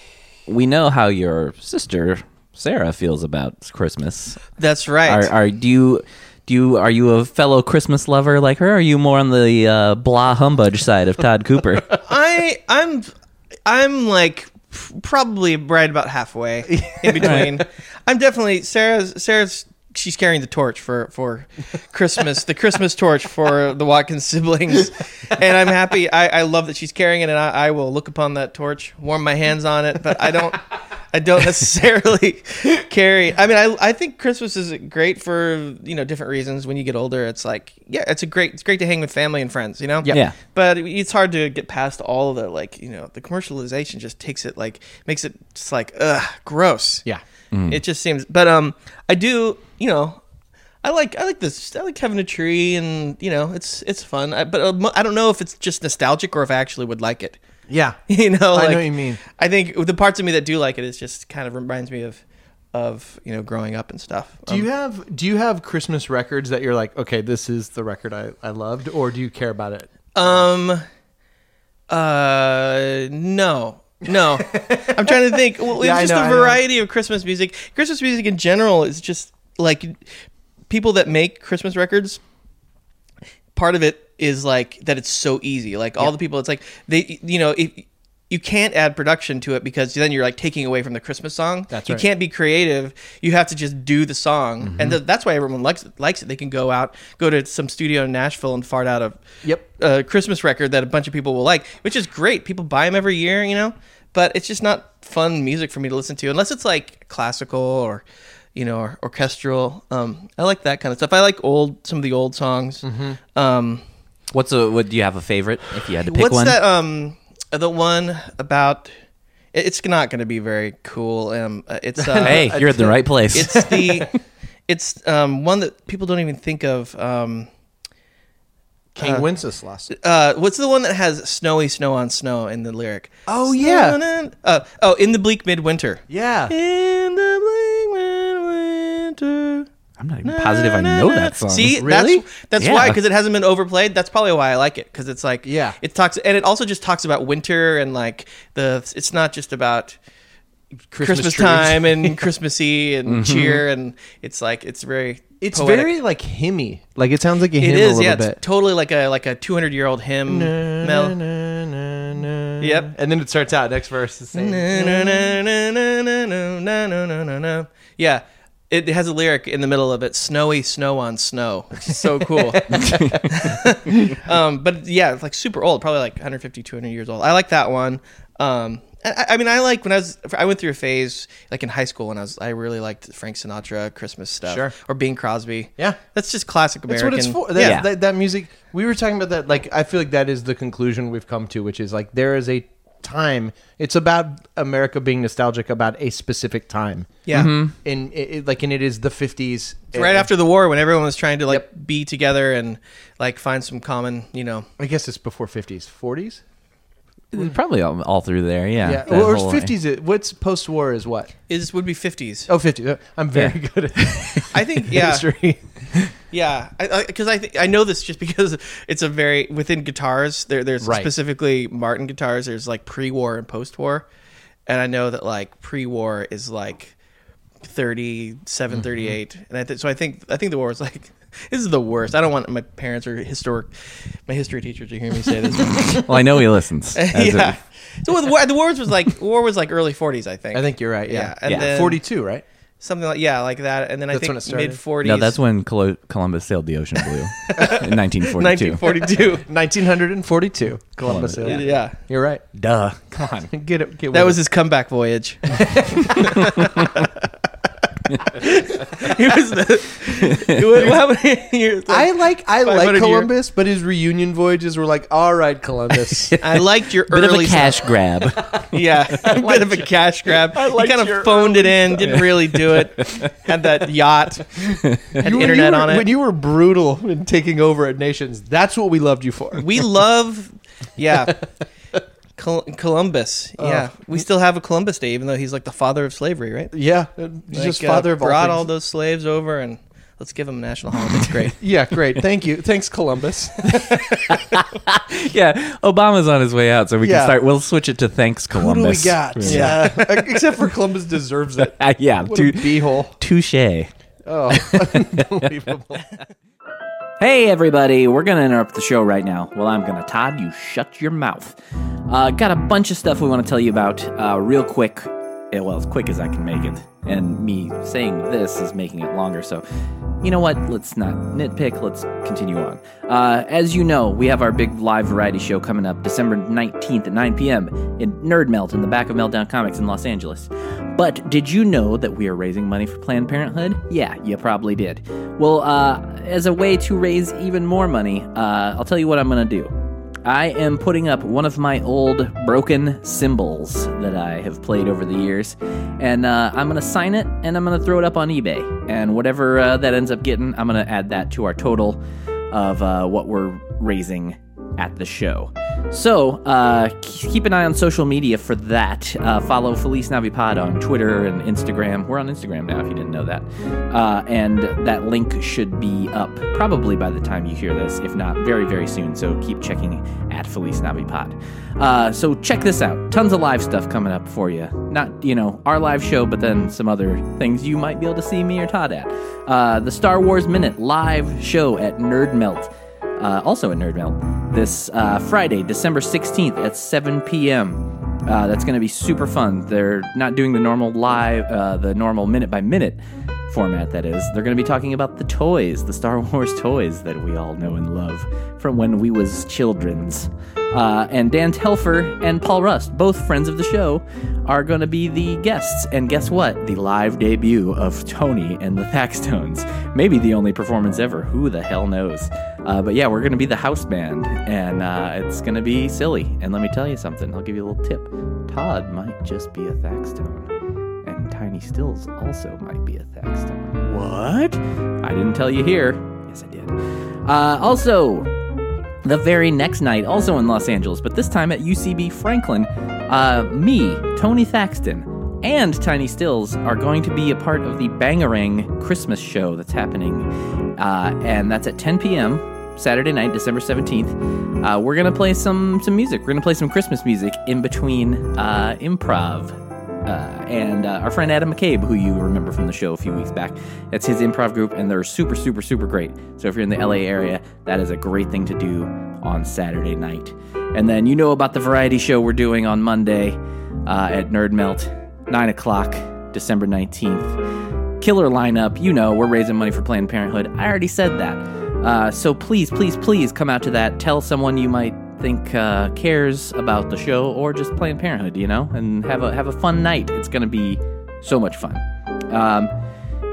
we know how your sister Sarah feels about Christmas. that's right. Are are do you do you are you a fellow Christmas lover like her? Or are you more on the uh, blah humbug side of Todd Cooper? I I'm I'm like probably right about halfway in between. I'm definitely Sarah's Sarah's she's carrying the torch for for Christmas, the Christmas torch for the Watkins siblings. And I'm happy. I, I love that she's carrying it and I, I will look upon that torch, warm my hands on it, but I don't I don't necessarily carry. I mean, I, I think Christmas is great for you know different reasons. When you get older, it's like yeah, it's a great it's great to hang with family and friends, you know. Yeah. But it's hard to get past all of the like you know the commercialization just takes it like makes it just like ugh gross. Yeah. It just seems. But um, I do you know. I like I like this I like having a tree and you know it's it's fun I, but uh, mo- I don't know if it's just nostalgic or if I actually would like it yeah. you know, I know like, what you mean. I think the parts of me that do like it is just kind of reminds me of, of you know, growing up and stuff. Do you have do you have Christmas records that you're like, okay, this is the record I, I loved, or do you care about it? Um, uh, no, no. I'm trying to think. Well, Yeah, I it's know, just I a know. variety of Christmas music. Christmas music in general is just like people that make Christmas records. Part of it is like that it's so easy. Like all the people, it's like they, you know, if you can't add production to it because then you're like taking away from the Christmas song. That's you right. Mm-hmm. can't be creative. You have to just do the song, and th- that's why everyone likes it, likes it. They can go out, go to some studio in Nashville, and fart out a Yep. a Christmas record that a bunch of people will like, which is great. People buy them every year, you know, but it's just not fun music for me to listen to unless it's like classical or, you know, or orchestral. Um, I like that kind of stuff. I like old some of the old songs. Mm-hmm. Um, What's a what do you have a favorite if you had to pick what's one? that? Um, the one about it- it's not going to be very cool. Um, uh, it's uh, Hey, you're at the right place. it's the it's um one that people don't even think of. Um, King Wenceslas. uh, what's the one that has snowy snow on snow in the lyric? Oh, yeah. Snow on- uh, oh, in the bleak midwinter. Yeah. In the bleak midwinter. I'm not even positive I know that song. See, Really? that's that's Yeah. why because it hasn't been overplayed. That's probably why I like it because it's like Yeah. it talks and it also just talks about winter and like the it's not just about Christmas, trees. time and Christmassy and Mm-hmm. cheer and it's like it's very It's poetic. very like hymny. Like it sounds like a hymn it a is little yeah bit. it's totally like a like a 200 year old hymn mel. Yep. And then it starts Mm-hmm. out. Next verse is saying. Na, na, na, na, na, na, na, na, na, na, na. Yeah. it has a lyric in the middle of it: "Snowy snow on snow." It's so cool. um, but yeah, it's like super old, probably like 150, 200 years old. I like that one. Um, I, I mean, I like when I was, I went through a phase like in high school when I was, I really liked Frank Sinatra, Christmas stuff, Sure. or Bing Crosby. Yeah. that's just classic That's American. what it's for. That, yeah, that, that music. We were talking about that. Like, I feel like that is the conclusion we've come to, which is like there is a time. It's about America being nostalgic about a specific time. yeah. In it, it- like, and it is the fifties. Right after the war, when everyone was trying to like be together and like find some common, you know, I guess it's before fifties, forties. Probably all, all through there, yeah. Yeah, that or whole- fifties. What's post-war is what? is would be fifties. Oh, 50s. Uh, I'm very Yeah. good at I think yeah, history. yeah. I Because I, think I know this just because it's a very within guitars. There, there's Right. specifically Martin guitars. There's like pre-war and post-war, and I know that like pre-war is like 37, Mm-hmm. 38. and I th- so I think I think the war was like. This is the worst. I don't want my parents or historic, my history teacher to hear me say this. Well, I know he listens. as yeah. of- So with war, the wars was like war was like early 40s, I think. I think you're right. Yeah, Yeah, and Yeah. then- 42, right? something like yeah, like that. And then I That's think when it started? mid 40s. no, that's when Colo- Columbus sailed the ocean blue in 1942. 1942. 1942, Columbus. Columbus, yeah. yeah. You're right. Duh. Come on. Get it. Get That with was it. his comeback voyage. it was the. It was, what happened here? I like I like 500 year- Columbus, but his reunion voyages were like, all right, Columbus. I liked your Bit of early a cash grab. Yeah, a bit of a cash grab. he kind of phoned it in, didn't really do it. Had that yacht, had When internet you were- on it. When you were brutal and taking over at nations, that's what we loved you for. We love, yeah, Col- Columbus. Oh. yeah, we still have a Columbus Day, even though he's like the father of slavery, right? yeah, he's just Like, uh, father of all, brought things. all those slaves over, and let's give him a national holiday. It's great. Yeah, great. Thank you. Thanks, Columbus. yeah, Obama's on his way out, so we Yeah. can start. We'll switch it to thanks Who do we Columbus. got? Yeah, except for Columbus deserves it. Uh, yeah, What a tou- beehole. touche. Oh, unbelievable. Hey, everybody, we're going to interrupt the show right now. Well, I'm going to. Todd, you shut your mouth. Uh, got a bunch of stuff we want to tell you about uh, real quick. eh, Well, as quick as I can make it. And me saying this is making it longer, so you know what? Let's not nitpick. Let's continue on. Uh, as you know, we have our big live variety show coming up December 19th at 9 p.m. in Nerd Melt in the back of Meltdown Comics in Los Angeles. But did you know that we are raising money for Planned Parenthood? Yeah, you probably did. Well, uh, as a way to raise even more money, uh, I'll tell you what I'm going to do. I am putting up one of my old broken cymbals that I have played over the years, and uh, I'm gonna sign it and I'm gonna throw it up on eBay. And whatever uh, that ends up getting, I'm gonna add that to our total of uh, what we're raising at the show. So uh, k- keep an eye on social media for that. Uh, follow Felice Navipod on Twitter and Instagram. We're on Instagram now, if you didn't know that. Uh, and that link should be up probably by the time you hear this, if not very, very soon. So keep checking at Felice Navipod. Uh, so check this out. Tons of live stuff coming up for you. Not, you know, our live show, but then some other things you might be able to see me or Todd at. Uh, the Star Wars Minute live show at Nerd Melt uh, also at Nerd Melt, this uh, Friday, December 16th at 7 p.m. Uh, that's going to be super fun. They're not doing the normal live, uh, the normal minute by minute format, that is. They're going to be talking about the toys, the Star Wars toys that we all know and love from when we was children's. Uh, and Dan Telfer and Paul Rust, both friends of the show, are going to be the guests. And guess what? The live debut of Tony and the Thaxtones. Maybe the only performance ever. Who the hell knows? Uh, but yeah, we're going to be the house band, and uh, it's going to be silly. And let me tell you something. I'll give you a little tip. Todd might just be a Thaxtone, and Tiny Stills also might be a Thaxtone. What? I didn't tell you here. Yes, I did. Uh, also, the very next night, also in Los Angeles, but this time at UCB Franklin, uh, me, Tony Thaxton, and Tiny Stills are going to be a part of the Bangarang Christmas show that's happening, uh, and that's at 10 p.m. Saturday night, December 17th. Uh, we're gonna play some some music. We're gonna play some Christmas music in between uh, improv uh, and uh, our friend Adam McCabe, who you remember from the show a few weeks back. That's his improv group, and they're super, super, super great. So if you're in the LA area, that is a great thing to do on Saturday night. And then you know about the variety show we're doing on Monday uh, at Nerd Melt, 9 o'clock, December 19th. killer lineup. You know, we're raising money for Planned Parenthood. I already said that. Uh, so please, please, please come out to that. Tell someone you might think uh, cares about the show or just Planned Parenthood. You know, and have a have a fun night. It's going to be so much fun. Um,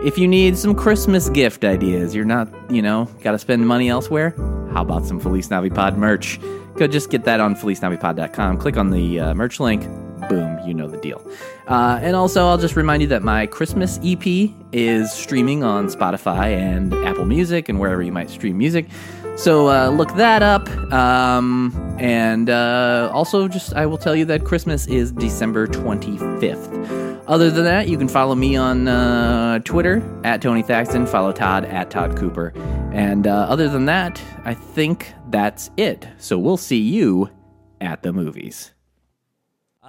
if you need some Christmas gift ideas, you're not, you know, got to spend money elsewhere. How about some Felice Navipod merch? Go just get that on FeliceNavipod.com. Click on the uh, merch link boom, you know the deal. Uh, and also, I'll just remind you that my Christmas EP is streaming on Spotify and Apple Music and wherever you might stream music. So uh, look that up. Um, and uh, also, just I will tell you that Christmas is December 25th. Other than that, you can follow me on uh, Twitter at Tony Thaxton, follow Todd at Todd Cooper. And uh, other than that, I think that's it. So we'll see you at the movies.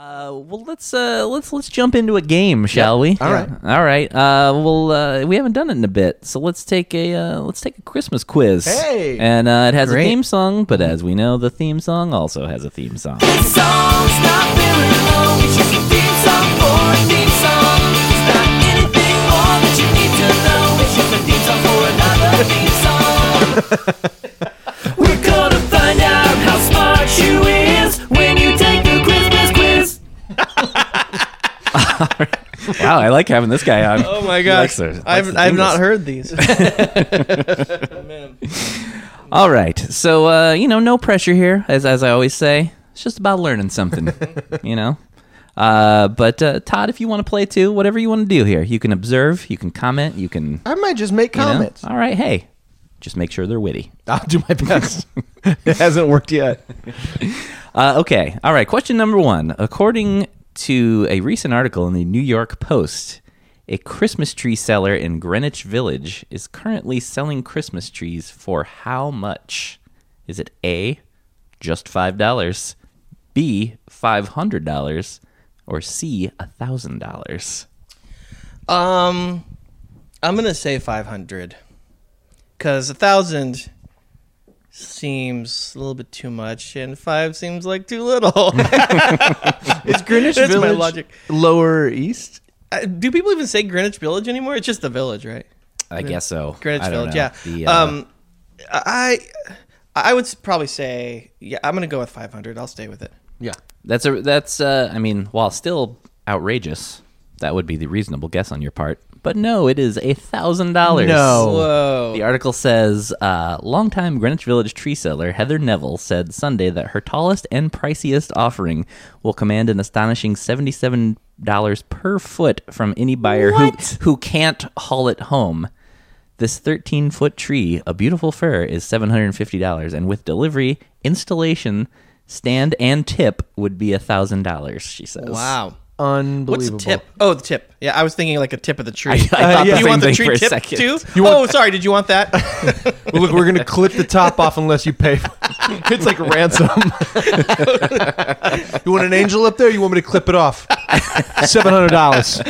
Uh, well, let's uh, let's let's jump into a game, shall we? All right, all right. Uh, well, uh, we haven't done it in a bit, so let's take a uh, let's take a Christmas quiz. Hey! and uh, it has a theme song, but as we know, the theme song also has a theme song. We're gonna find out how smart you is when you take the Christmas quiz. wow, I like having this guy on. Oh my He likes gosh, to- likes I've to I've do not this. heard these. Man. All right, so uh, you know, no pressure here, as as I always say. It's just about learning something, you know. Uh, but uh, Todd, if you want to play too, whatever you want to do here, you can observe, you can comment, you can I might just make you know? comments. All right, hey, just make sure they're witty. I'll do my best. it hasn't worked yet. Uh, okay. All right. Question number one. According to a recent article in the New York Post, a Christmas tree seller in Greenwich Village is currently selling Christmas trees for how much? Is it A, just $5, B, $500, or C, $1,000? Um, I'm gonna say 500, cause a thousand seems a little bit too much, and five seems like too little. Is Greenwich That's my Village logic. lower east? Uh, Do people even say Greenwich Village anymore? It's just the village, right? I guess so. Greenwich I don't Village, know. yeah. The, uh, um, I I would s- probably say yeah. I'm gonna go with 500. I'll stay with it. Yeah. That's a that's uh I mean, while still outrageous, that would be the reasonable guess on your part. But no, it is a thousand dollars. No. Whoa. The article says, uh, longtime Greenwich Village tree seller Heather Neville said Sunday that her tallest and priciest offering will command an astonishing seventy-seven dollars per foot from any buyer who who can't haul it home. This 13 foot tree, a beautiful fir, is $750, and with delivery, installation, stand, and tip would be $1,000, she says. Wow. Unbelievable. What's the tip? Oh, the tip. Yeah, I was thinking like a tip of the tree. I thought the Do you same want the thing tree for a tip second. too? oh, sorry. Did you want that? Well, look, we're gonna clip the top off unless you pay. it's like ransom. you want an angel up there? You want me to clip it off? Seven hundred dollars.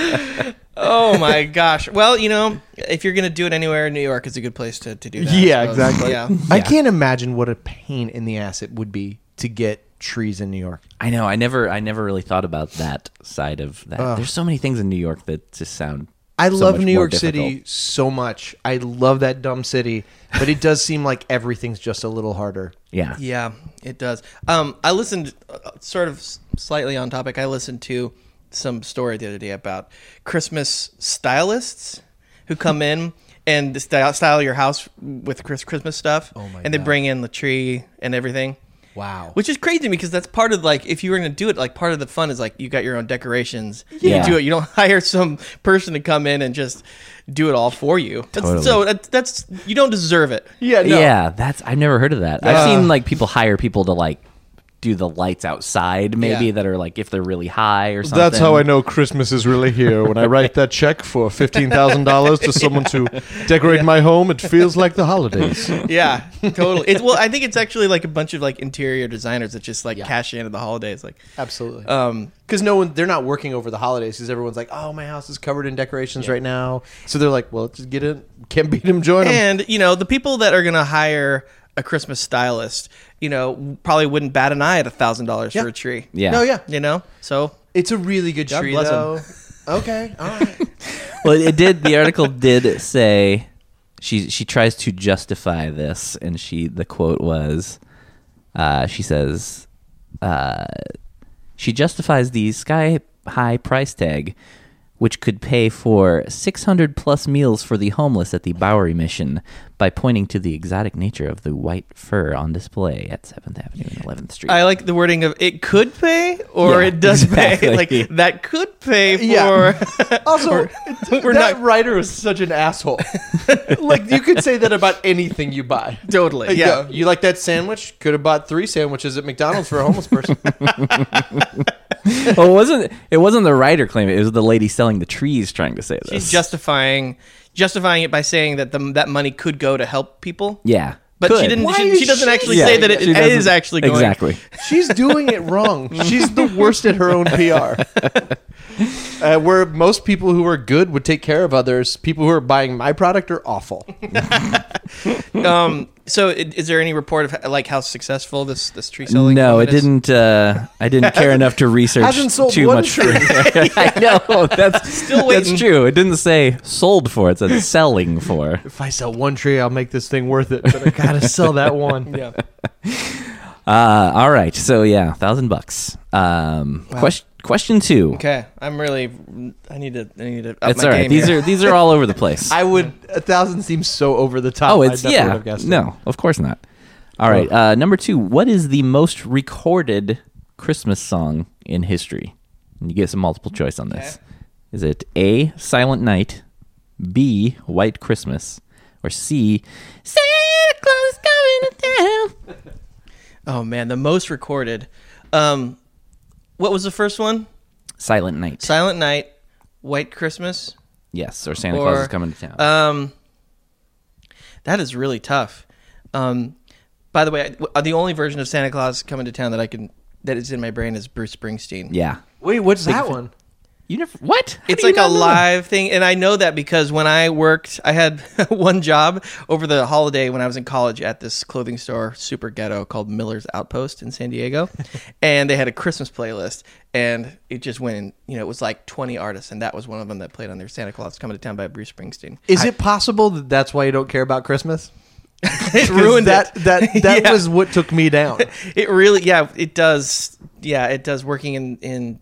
oh my gosh. Well, you know, if you're gonna do it anywhere, New York is a good place to, to do that. I Yeah, suppose. exactly. Yeah. I can't imagine what a pain in the ass it would be to get trees in New York. I know. I never. I never really thought about that side of that. There's so many things in New York that just sound. I so love much New more York City difficult. so much. I love that dumb city, but it does seem like everything's just a little harder. Yeah. Yeah, it does. Um, I listened, uh, sort of s- slightly on topic. I listened to some story the other day about Christmas stylists who come in and style, style your house with Chris, Christmas stuff. Oh my and they God. bring in the tree and everything. Wow. Which is crazy to me because that's part of like if you were gonna do it, like part of the fun is like you got your own decorations. Yeah. You do it. You don't hire some person to come in and just do it all for you. That's, Totally. So that, that's you don't deserve it. Yeah. No. Yeah. That's. I've never heard of that. I've seen like people hire people to like do the lights outside, maybe Yeah. that are like if they're really high or something. That's how I know Christmas is really here. When I write that check for fifteen thousand dollars to someone to decorate my home, it feels like the holidays. Yeah, totally. It's, well, I think it's actually like a bunch of like interior designers that just like cash in at the holidays. Like, Absolutely. um, because Uh, no one they're not working over the holidays because everyone's like oh my house is covered in decorations right now so they're like well let's just get in can't beat them join them and you know the people that are gonna hire a Christmas stylist, you know, probably wouldn't bat an eye at a thousand dollars for a tree. Yeah. no yeah you know, so it's a really good God tree bless 'em. though okay all right well, it did. The article did say she she tries to justify this, and she the quote was, uh, she says, uh, she justifies the sky high price tag, which could pay for 600 plus meals for the homeless at the Bowery Mission, by pointing to the exotic nature of the white fur on display at Seventh Avenue and Eleventh Street. I like the wording of it could pay or Yeah, it does exactly. Uh, pay. Like that could pay for. Yeah. Also, or- we're that not writer is such an asshole. like you could say that about anything you buy. totally. Like, yeah. yo, you like that sandwich? Could have bought three sandwiches at McDonald's for a homeless person. well, oh, it wasn't it wasn't the writer claiming it, it was the lady selling the trees trying to say this. She's justifying justifying it by saying that the that money could go to help people. yeah, But she Could. didn't. Why She, is she doesn't she- actually Yeah, say that it she it doesn't- is actually going. exactly. She's doing it wrong. She's the worst at her own PR. Uh, where most people who are good would take care of others, people who are buying my product are awful. Um. So, i- is there any report of like how successful this this tree selling? no, it movement is? didn't. Uh, I didn't care enough to research Hasn't sold too one much. tree. I know that's still waiting. that's true. It didn't say sold for; it said selling for. If I sell one tree, I'll make this thing worth it. But I gotta sell that one. Yeah. Uh, all right, so yeah, thousand bucks. Um, question question two. Okay, I'm really. I need to. I need to. Up That's my all right. game These here. are these are all over the place. I would. A thousand seems so over the top. oh, I it's never yeah. would've guessed it. No, of course not. All right, uh, number two. What is the most recorded Christmas song in history? And you get some multiple choice on this. Is it A. Silent Night, B. White Christmas, or C. Santa Claus coming to town? Oh man, the most recorded. Um, what was the first one? Silent Night. Silent Night, White Christmas. yes, or Santa Claus or- is coming to town. Um, that is really tough. Um, by the way, I- the only version of Santa Claus coming to town that I can that is in my brain is Bruce Springsteen. yeah. Wait, what's that one? You never what? How It's do you like a not know that? live thing, and I know that because when I worked, I had one job over the holiday when I was in college at this clothing store, super ghetto, called Miller's Outpost in San Diego, and they had a Christmas playlist, and it just went, in, you know, it was like twenty artists, and that was one of them that played on their Santa Claus Coming to Town by Bruce Springsteen. Is it possible that that's why you don't care about Christmas? It 'Cause ruined that. it. That that Yeah. was what took me down. It really, yeah, it does. Yeah, it does. Working in in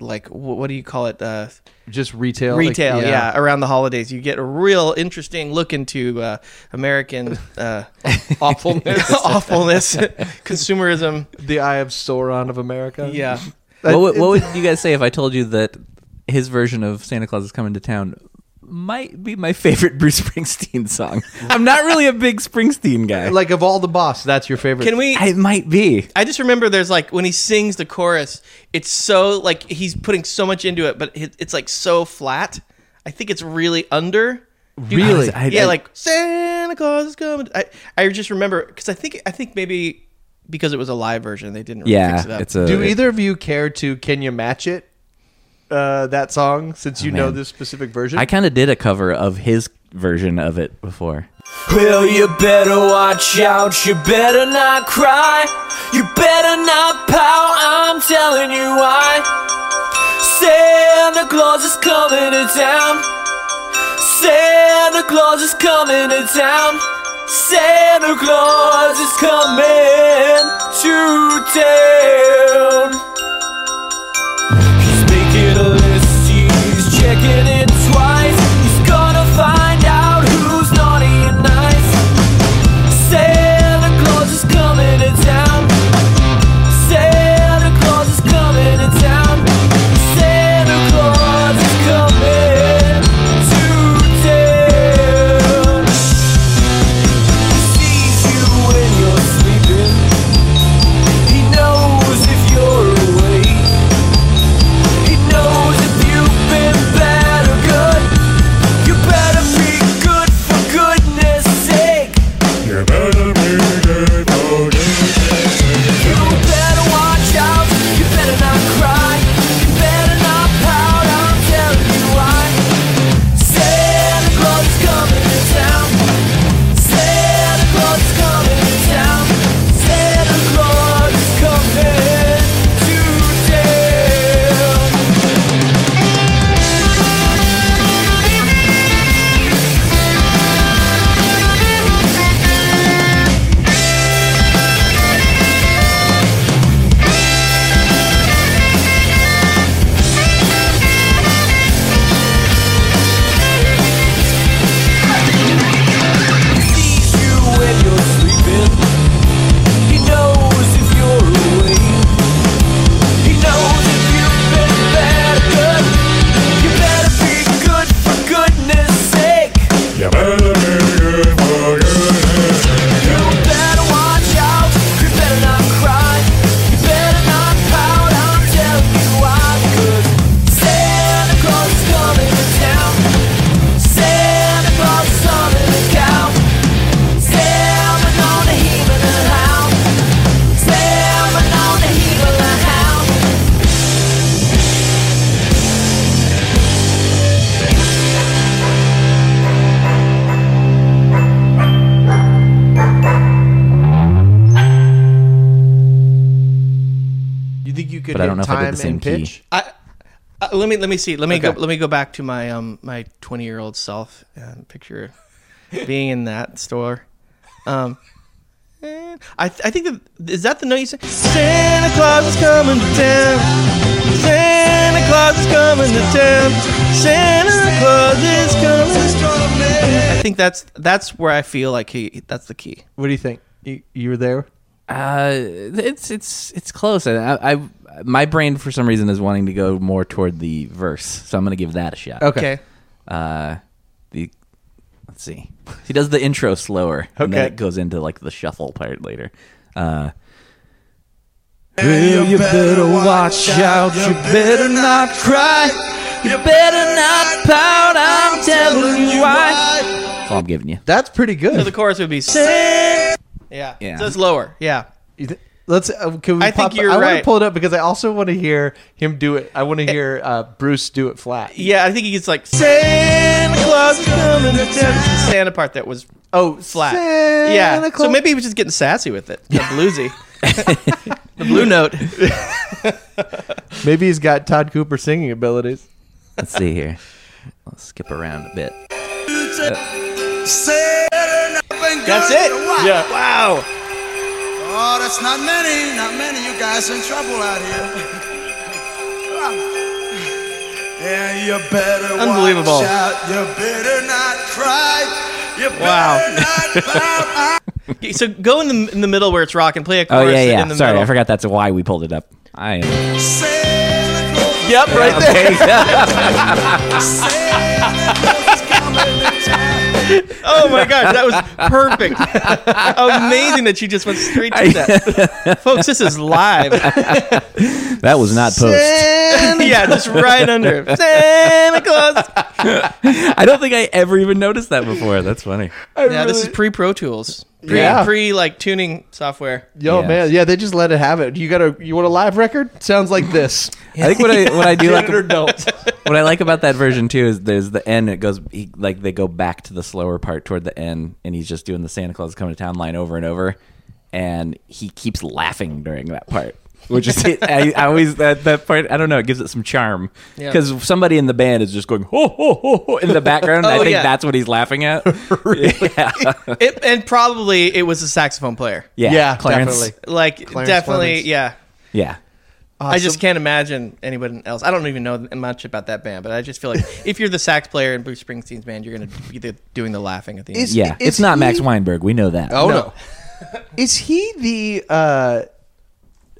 like wh- what do you call it? Uh, Just retail. like, retail, yeah. around the holidays, you get a real interesting look into uh, American uh, awfulness, awfulness, consumerism. The Eye of Sauron of America. Yeah, What would, what would you guys say if I told you that his version of Santa Claus is coming to town might be my favorite Bruce Springsteen song? I'm not really a big Springsteen guy. Like of all the boss, that's your favorite. can we? I, it might be. just remember there's like when he sings the chorus, it's so like he's putting so much into it, but it, it's like so flat. I think it's really under. Do you- Really? I- yeah, I- like Santa Claus is coming. I, I just remember because I think I think maybe because it was a live version, they didn't really fix it Yeah, up. it's a. Do Uh, it- either of you care to can you match it? Uh, that song, since you know man. this specific version. I kind of did a cover of his version of it before. Well, you better watch out, you better not cry, you better not pout, I'm telling you why. Santa Claus is coming to town, Santa Claus is coming to town, Santa Claus is coming to town. He's making a list, he's checking it twice. He's gonna find out who's naughty and nice. Santa Claus is coming to town. Santa Claus is coming to town. Santa Claus is coming to town. He sees you when you're sleeping. He knows if you're awake. but I don't know if I did the same key. I, uh, let me let me see. Let me go. Let me go back to my um my twenty year old self and picture being in that store. Um, eh, I I think that is that the note you said. Santa Claus is coming to town. Santa Claus is coming to town. Santa Claus is coming. I think that's that's where I feel like he. That's the key. What do you think? You, you were there. Uh, it's it's it's close. I, I my brain for some reason is wanting to go more toward the verse, so I'm gonna give that a shot. Okay. Okay. Uh, the let's see. He does the intro slower, and then Okay. it goes into like the shuffle part later. Uh, Well, you better watch out. You better not cry. You better not pout. I'm telling you why. that's all I'm giving you. That's pretty good. So the chorus would be. Santa- Yeah. Yeah. So it's lower. Yeah. Let's. Uh, can we I think pop- you're I want right. to pull it up because I also want to hear him do it. I want to hear uh, Bruce do it flat. Yeah, I think he gets like Santa Claus is coming to town. It's the Santa part that was oh flat. Santa yeah, Claus- so maybe he was just getting sassy with it. The bluesy, the blue note. Maybe he's got Todd Cooper singing abilities. Let's see here. Let's skip around a bit. That's it. Yeah. Wow. Oh, that's not many, not many. You guys in trouble out here. yeah, you better Unbelievable. watch out. You better not cry. You Wow. better not pout. I'm so go in the in the middle where it's rock and play Oh a chorus. yeah, In yeah. the Sorry, middle. I forgot that's why we pulled it up. I am. Yep, right there. oh my gosh, that was perfect. Amazing that you just went straight to that. Folks, this is live. That was not post. yeah, just right under Santa Claus. I don't think I ever even noticed that before. That's funny. yeah, this is pre Pro Tools, pre Yeah. pre like tuning software. Yo, Yeah. man, yeah, they just let it have it. You got a, you want a live record? Sounds like this. I think what I what I do Get like it or don't. what I like about that version too is there's the end. It goes he, like they go back to the slower part toward the end, and he's just doing the Santa Claus coming to town line over and over, and he keeps laughing during that part, which is it, I, I always that that part. I don't know. It gives it some charm Yeah. because somebody in the band is just going ho ho ho, ho in the background. and I Oh, think yeah. that's what he's laughing at. Yeah, It, and probably it was a saxophone player. yeah, Yeah, Clarence. definitely. Like Clarence definitely, Clemens. yeah. Yeah, I just can't imagine anyone else. I don't even know much about that band, but I just feel like if you're the sax player in Bruce Springsteen's band, you're gonna be the, doing the laughing at the end. Is- yeah. is it's not Max he- Weinberg. We know that. Oh no. Is he the? uh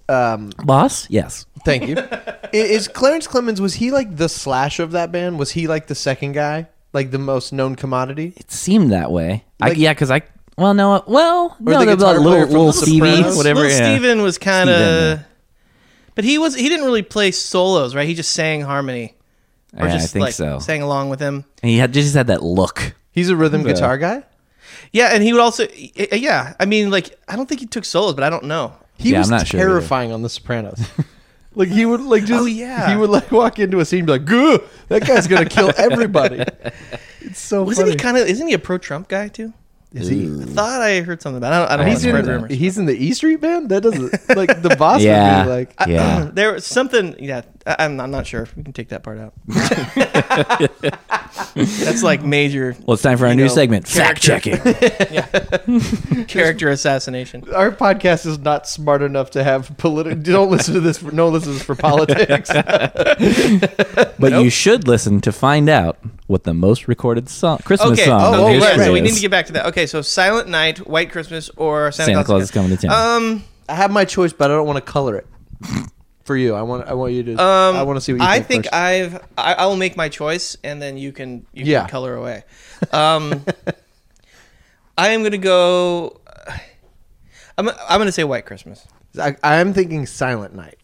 um boss. Yes. Thank you. I- Is Clarence Clemens was he like the slash of that band? Was he like the second guy, like the most known commodity? it seemed that way. Like- I, yeah, because I well no well Or no the they're guitar like little player from little The Stevie Sopranos? whatever. Little yeah. Steven was kind Steven, of, but he was he didn't really play solos, right? He just sang harmony, or Yeah, I just think like so. sang along with him. And he had just had that look. He's a rhythm guitar guy. Yeah, and he would also, yeah. I mean, like I don't think he took solos, but I don't know. He Yeah, was I'm not sure either. terrifying on The Sopranos. like he would like just Oh, yeah. he would like walk into a scene and be like, "Goo, that guy's gonna kill everybody." It's so Wasn't funny. he kind of? Isn't he a pro Trump guy too? Is he- I Mm. thought I heard something about. It. I don't. I don't I want He's to didn't spread know. in, rumors. he's in the E Street band. That doesn't like the boss Yeah. would be like. yeah. There was something. Yeah, I, I'm. I'm not sure. We can take that part out. That's like major Well, it's time for our You new know, segment, fact checking. character assassination. Our podcast is not smart enough to have political. Don't listen to this. For, no listens for politics. but you should listen to find out what the most recorded song Christmas Okay. song Oh, in okay, history right. So we is. need to get back to that. Okay. So Silent Night, White Christmas, or Santa, Santa Claus is coming to town. Um. I have my choice, but I don't want to color it for you. I want. I want you to. Um, I want to see what you I think. think first. I've. I, I will make my choice, and then you can. You Yeah. can color away. Um, I am gonna go. I'm. I'm gonna say White Christmas. I, I'm thinking Silent Night.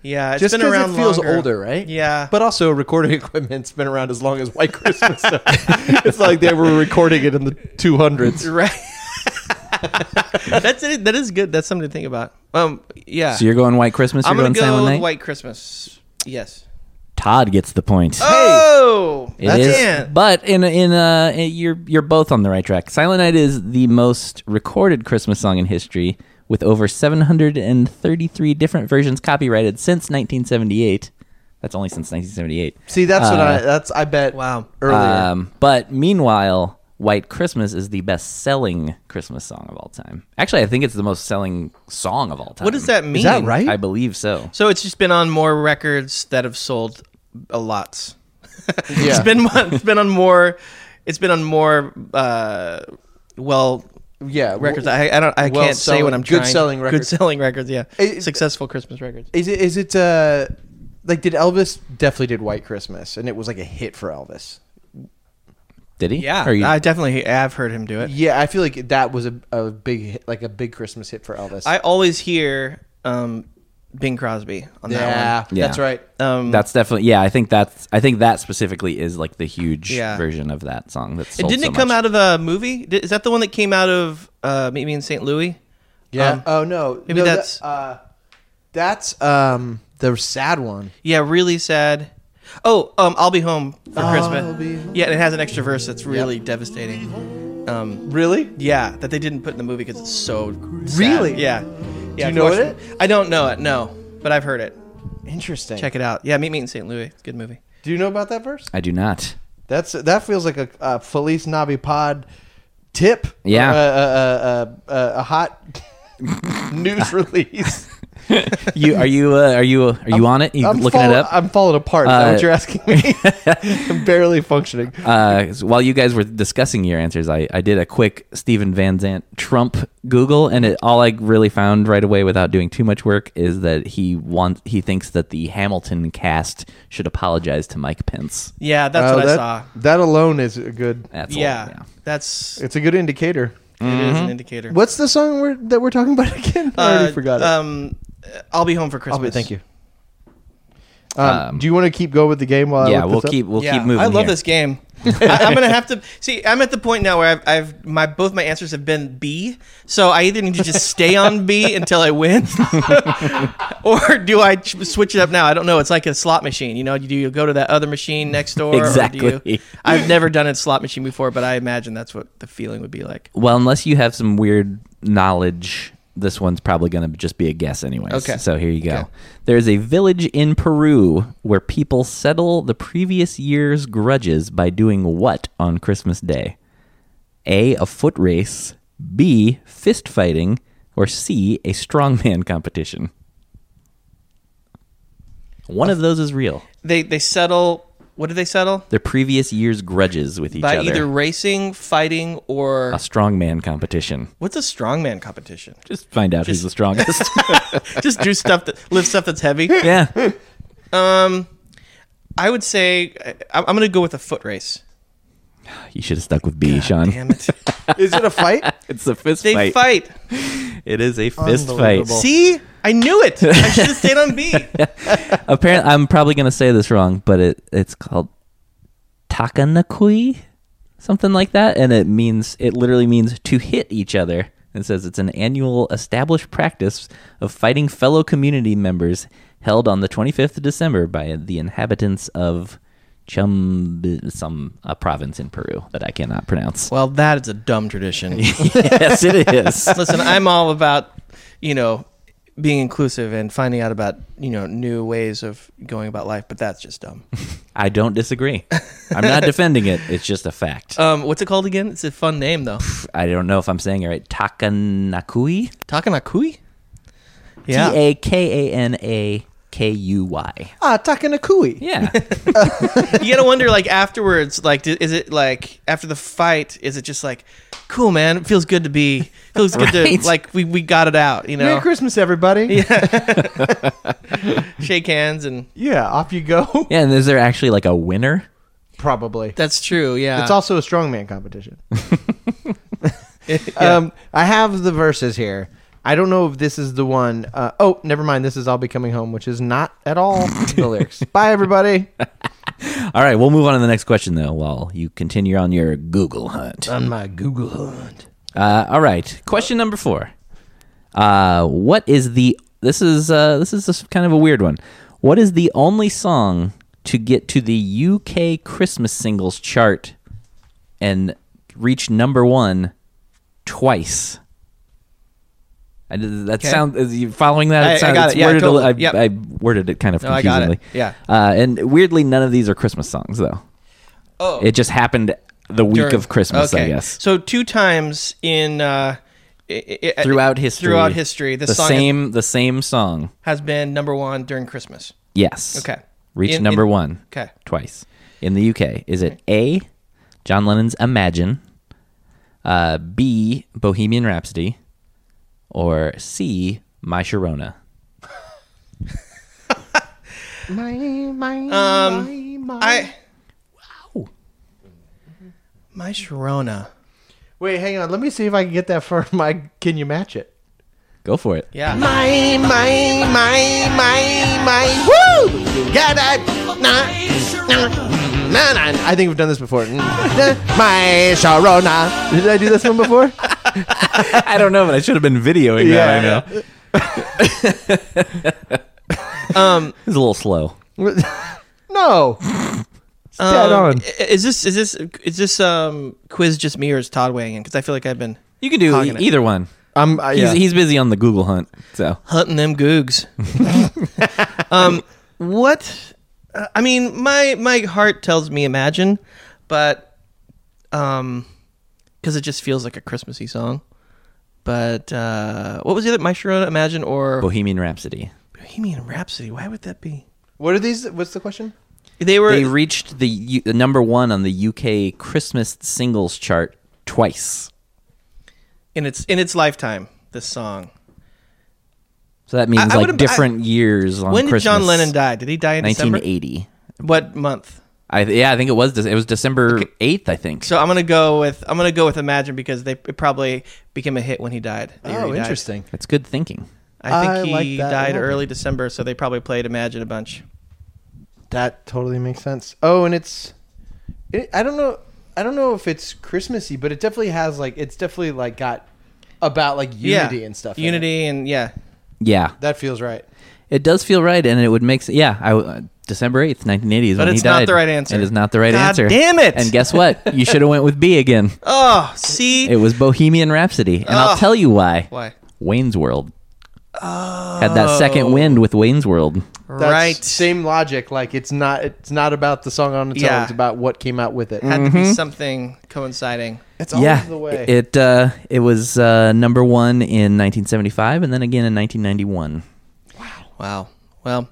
Yeah, it's Just been 'cause around it feels longer. older, right? Yeah, But also, recording equipment's been around as long as White Christmas. so it's like they were recording it in the 200s. right. That's it. That is good. That's something to think about. Um, yeah. so you're going White Christmas. You're I'm going gonna go Silent with Night. White Christmas. Yes. Todd gets the point. Oh, It is, man. but in in uh, you're you're both on the right track. Silent Night is the most recorded Christmas song in history with over 733 different versions copyrighted since 1978. That's only since 1978. See, that's what Uh, I. That's I bet. Wow. Earlier. Uh, um, but meanwhile, White Christmas is the best selling Christmas song of all time. Actually, I think it's the most selling song of all time. What does that mean? Is that right? I believe so. So it's just been on more records that have sold a lot. it's Yeah. been it's been on more it's been on more uh, well yeah records. I, I don't I well can't say what selling- I'm good trying. selling records. Good selling records. Yeah, It- successful Christmas records. Is it? Is it? Uh, like, did Elvis definitely did White Christmas, and it was like a hit for Elvis. Did he? Yeah, Or you- I definitely have heard him do it. Yeah, I feel like that was a, a big, hit, like a big Christmas hit for Elvis. I always hear um, Bing Crosby on Yeah, that one. Yeah. that's right. Um, that's definitely yeah. I think that's I think that specifically is like the huge Yeah. version of that song. That's And didn't it come out of a movie? Di- Is that the one that came out of uh, Meet Me in St. Louis? Yeah. Um, oh no. maybe No, that- that's uh, that's um the sad one. yeah, really sad. Oh, um, I'll be home for Oh, I'll Christmas. be home. Yeah, and it has an extra verse that's really devastating. Um, really? Yeah, that they didn't put in the movie because it's so sad. Really? yeah. Yeah, you if know watch it? I don't know it. No, but I've heard it. Interesting. Check it out. Yeah, Meet Me in St. Louis. It's a good movie. Do you know about that verse? I do not. That's that feels like a, a Felice Navi Pod tip. Yeah. Uh, uh, uh, uh, uh, a hot news release. you are you uh, are you are you on it? You I'm looking fall- it up? I'm falling apart. Is that Uh, what you're asking me? I'm barely functioning. Uh, so while you guys were discussing your answers, I, I did a quick Stephen Van Zant Trump Google, and it, all I really found right away, without doing too much work, is that he wants he thinks that the Hamilton cast should apologize to Mike Pence. Yeah, that's Oh, what that, I saw. That alone is a good. That's yeah, that's It's a good indicator. it is an indicator. What's the song we're, that we're talking about again? I already Uh, forgot it. Um, I'll be home for Christmas. thank you. Um, do you want to keep going with the game while I Yeah, look we'll this up? keep we'll Yeah, keep moving. I here. love this game. I, I'm gonna have to see. I'm at the point now where I've, I've my both my answers have been B. So I either need to just stay on B until I win, or do I ch- switch it up now? I don't know. It's like a slot machine. You know, you do you go to that other machine next door? or do Exactly. you- I've never done a slot machine before, but I imagine that's what the feeling would be like. Well, unless you have some weird knowledge, this one's probably going to just be a guess, anyways. Okay. So here you go. There's a village in Peru where people settle the previous year's grudges by doing what on Christmas Day? A. A foot race. B. Fist fighting. Or C. A strongman competition. One of those is real. They they settle. What do they settle? Their previous year's grudges with each By other. either racing, fighting, or a strongman competition. what's a strongman competition? Just find out who's the strongest. just do stuff that lift stuff that's heavy. Yeah. Um, I would say I, I'm going to go with a foot race. You should have stuck with B, Sean. Damn it! Is it a fight? It's a fist They fight. Oh. fight. It is a fist fight. Unbelievable. See, I knew it. I should have stayed on B. Apparently, I'm probably gonna say this wrong, but it it's called takanakui, something like that, and it means it literally means to hit each other. It says it's an annual established practice of fighting fellow community members held on the 25th of December by the inhabitants of Chum some a province in Peru that I cannot pronounce. Well, that is a dumb tradition. yes, it is. Listen, I'm all about you know being inclusive and finding out about you know new ways of going about life, but that's just dumb. I don't disagree. I'm not defending it. It's just a fact. Um, what's it called again? It's a fun name though. I don't know if I'm saying it right. Takanakui? Takanakui. T A K A N A K U Y. Ah, Takanakui. Yeah. you gotta wonder like afterwards like d- is it like after the fight is it just like cool man it feels good to be feels good Right. to like we, we got it out you know Merry Christmas, everybody. Yeah. shake hands and off you go. Yeah, Uh, and is there actually like a winner? Probably. that's true yeah It's also a strongman competition. Yeah. um, I have the verses here. I don't know if this is the one. Uh, oh, never mind. This is "I'll Be Coming Home," which is not at all the lyrics. Bye, everybody. Um, All right, we'll move on to the next question though while you continue on your Google hunt. On my Google hunt. Uh, all right, question number four. Uh, what is the this is uh, this is just kind of a weird one. What is the only song to get to the UK Christmas singles chart and reach number one twice? I did- that Okay. sound is you following that? I- I sound- got it's it. Yeah, worded a li- totally. Yep. I, I worded it kind of No, I got it. confusingly. Yeah. Uh, and weirdly, none of these are Christmas songs though. Oh. It just happened the week During- of Christmas, I okay. guess. So two times in uh, i- i- Throughout history. Throughout history, this the song same the same song. has been number one during Christmas. Yes. Okay. Reached In- number in- one. Okay. Twice in the UK. Is it A, John Lennon's Imagine, uh, B, Bohemian Rhapsody, or C, My Sharona? My, my, Um, my, my. I. Wow. My Sharona. Wait, hang on. Let me see if I can get that for my. Can you match it? Go for it. Yeah. My, my, my, my, my. Woo! You gotta. Nah, nah, Nah, nah, I think we've done this before. Mm. my Sharona. Did I do this one before? I don't know, but I should have been videoing Yeah. that. I know. um, it's a little slow. no. dead Um, on. i- Is this is this is this um quiz just me or is Todd weighing in? Because I feel like I've been You can do hogging e- it. either one. I'm. Uh, he's, yeah. he's busy on the Google hunt, so hunting them googs. um, what? uh, I mean, my my heart tells me imagine, but um, because it just feels like a Christmassy song. But uh, what was the other? My Sharona, imagine or Bohemian Rhapsody. Bohemian Rhapsody? Why would that be? What are these? What's the question? They were They reached the U- the number one on the UK Christmas singles chart twice. in its in its lifetime. This song. So that I means like would've- different I- years on when did Christmas. John Lennon die? Did he die in December? 1980. What month? I th- yeah, I think it was Dec- it was December 8th, I think. So I'm gonna go with I'm gonna go with Imagine because they it probably became a hit when he died. the year he Oh, died. interesting. That's good thinking. I think I he like that died one. early December, so they probably played Imagine a bunch. That totally makes sense. Oh, and it's. It, I don't know. I don't know if it's Christmassy, but it definitely has like it's definitely like got about like unity yeah. and stuff. in it. Unity and yeah. Yeah. That feels right. It does feel right and it would make s- yeah, I w- uh, December 8th, 1980 is But when it's he died. not the right answer. It is not the right God answer. damn it! And guess what? You should have went with B again. Oh, see. It was Bohemian Rhapsody, and I'll Ugh. tell you why. Why? Wayne's World. Had that second wind Oh. with Wayne's World. That's right. Same logic. Like it's not. It's not about the song on its own. Yeah. It's about what came out with it. Had to be something coinciding. It's all Mm. yeah, over the way. it uh, it was uh, number one in 1975, and then again in 1991. Wow. Well,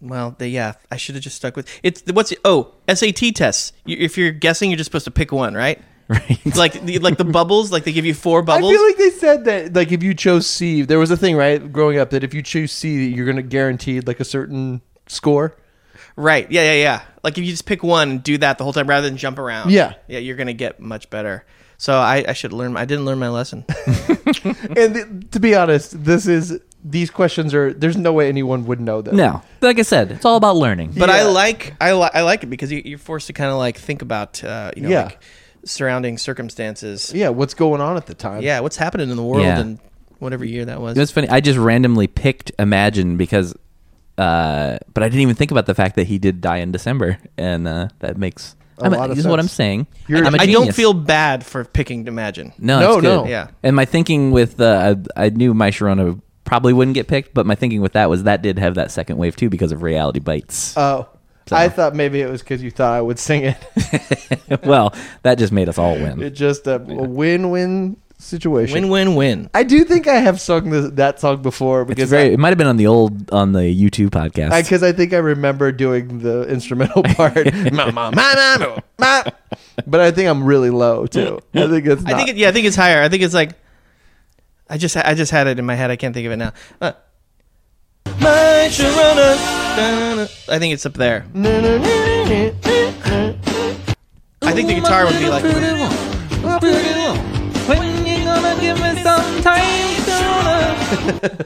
well, they, yeah. I should have just stuck with it's. What's oh SAT tests? You, if you're guessing, you're just supposed to pick one, right? Right. Like the, like the bubbles. Like they give you four I bubbles. feel like they said that like if you chose C, there was a thing right growing up that if you choose C, you're gonna guaranteed like a certain score. Right. Yeah, yeah, yeah. Like if you just pick one and do that the whole time rather than jump around. Yeah. Yeah, you're gonna get much better. So I, I should learn I didn't learn my lesson. Mm-hmm. and th- to be honest, this is these questions are. There's no way anyone would know this. No, like I said, it's all about learning. But I Yeah. like I li- I like it because you, you're forced to kind of like think about uh, you know Yeah. like surrounding circumstances. Yeah, what's going on at the time? Yeah, what's happening in the world Yeah. and whatever year that was. It was funny. I just randomly picked Imagine because, uh, but I didn't even think about the fact that he did die in December, and uh, that makes. A I'm lot of this is what I'm sense. saying. You're- I'm a I don't genius. feel bad for picking Imagine. No, No, it's good. no. Yeah. And my thinking with uh, I, I knew my Sharona probably wouldn't get picked, but my thinking with that was that did have that second wave too because of Reality Bites. Oh, I thought maybe it was because you thought I would sing it. well, that just made us all It win. just a, a win-win situation. Win win win. I do think I have sung this, that song before It's because very. I- it might have been on the old on the YouTube podcast. I because I, think I remember doing the instrumental part. Ma, ma, ma, ma, ma, ma. But I think I'm really low too. I think it's not. I think it, yeah, I think it's higher. I think it's like I just I just had it in my head. I can't think of it now. Uh, my Sharona. da-na. I think it's up there. I think the guitar would be like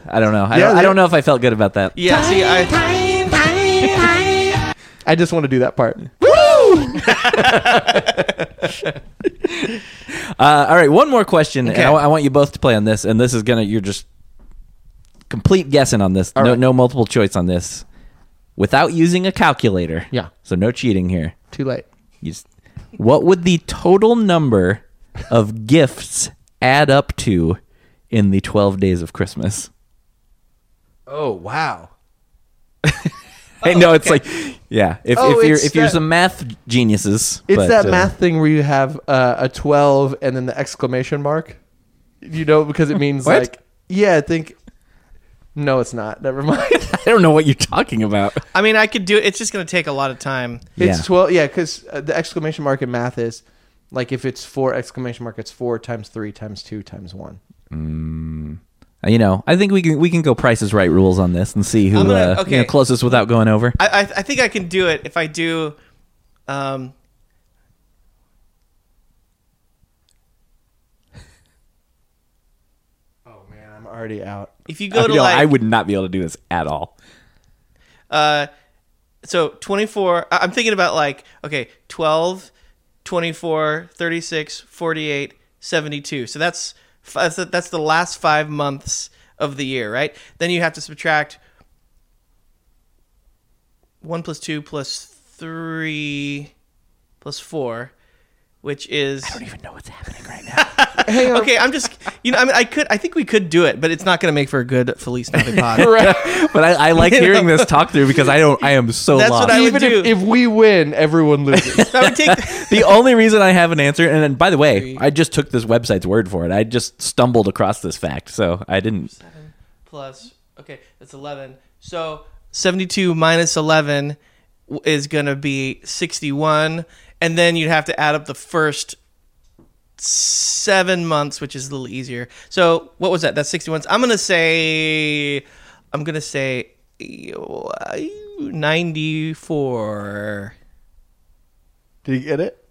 I don't know. I, Yeah, don't, I they- don't know if I felt good about that. yeah. See, I Time, time, time. I just want to do that part. Uh, all right, one more question, and Okay. I wa- I want you both to play on this. And this is gonna you're just complete guessing on this. no, no multiple choice on this, without using a calculator. Yeah. So no cheating here. Too late. You just- what would the total number of gifts add up to in the 12 days of Christmas. Oh wow. I know it's like, yeah. If, Oh, if you're it's if you're that- some math geniuses, It's but, that uh, math thing where you have uh, a 12 and then the exclamation mark. You know, because it means What? like, yeah, I think. No, it's not. Never mind. I don't know what you're talking about. I mean, I could do it. It's just going to take a lot of time. It's 12. Yeah, because uh, the exclamation mark in math is like if it's four exclamation mark, it's four times three times two times one. Mm, you know, I think we can we can go prices right rules on this and see who I'm gonna- uh, you okay. know, closest without going over. I, I, I think I can do it if I do. Um, Oh, Man, I'm already out. if you go to know, like, Uh, I would not be able to do this at all. uh, so 24, I- I'm thinking about like, okay, 12, 24, 36, 48, 72. So that's, f- that's the- that's the last five months of the year, right? Then you have to subtract one plus two plus three plus four, which is I don't even know what's happening right now. okay, I'm just you know I mean I could I think we could do it, but it's not going to make for a good Felice Navi pod. but I, I like You know? hearing this talk through because I don't. I am so That's lost. what I would do. If we win, everyone loses. the only reason I have an answer, and then by the way, I just took this website's word for it. I just stumbled across this fact, so I didn't. plus okay that's 11 so 72 minus 11 w- is going to be 61 and then you'd have to add up the first seven months which is a little easier so what was that that's 61 i'm going to say i'm going to say ew, uh, 94 Did you get it?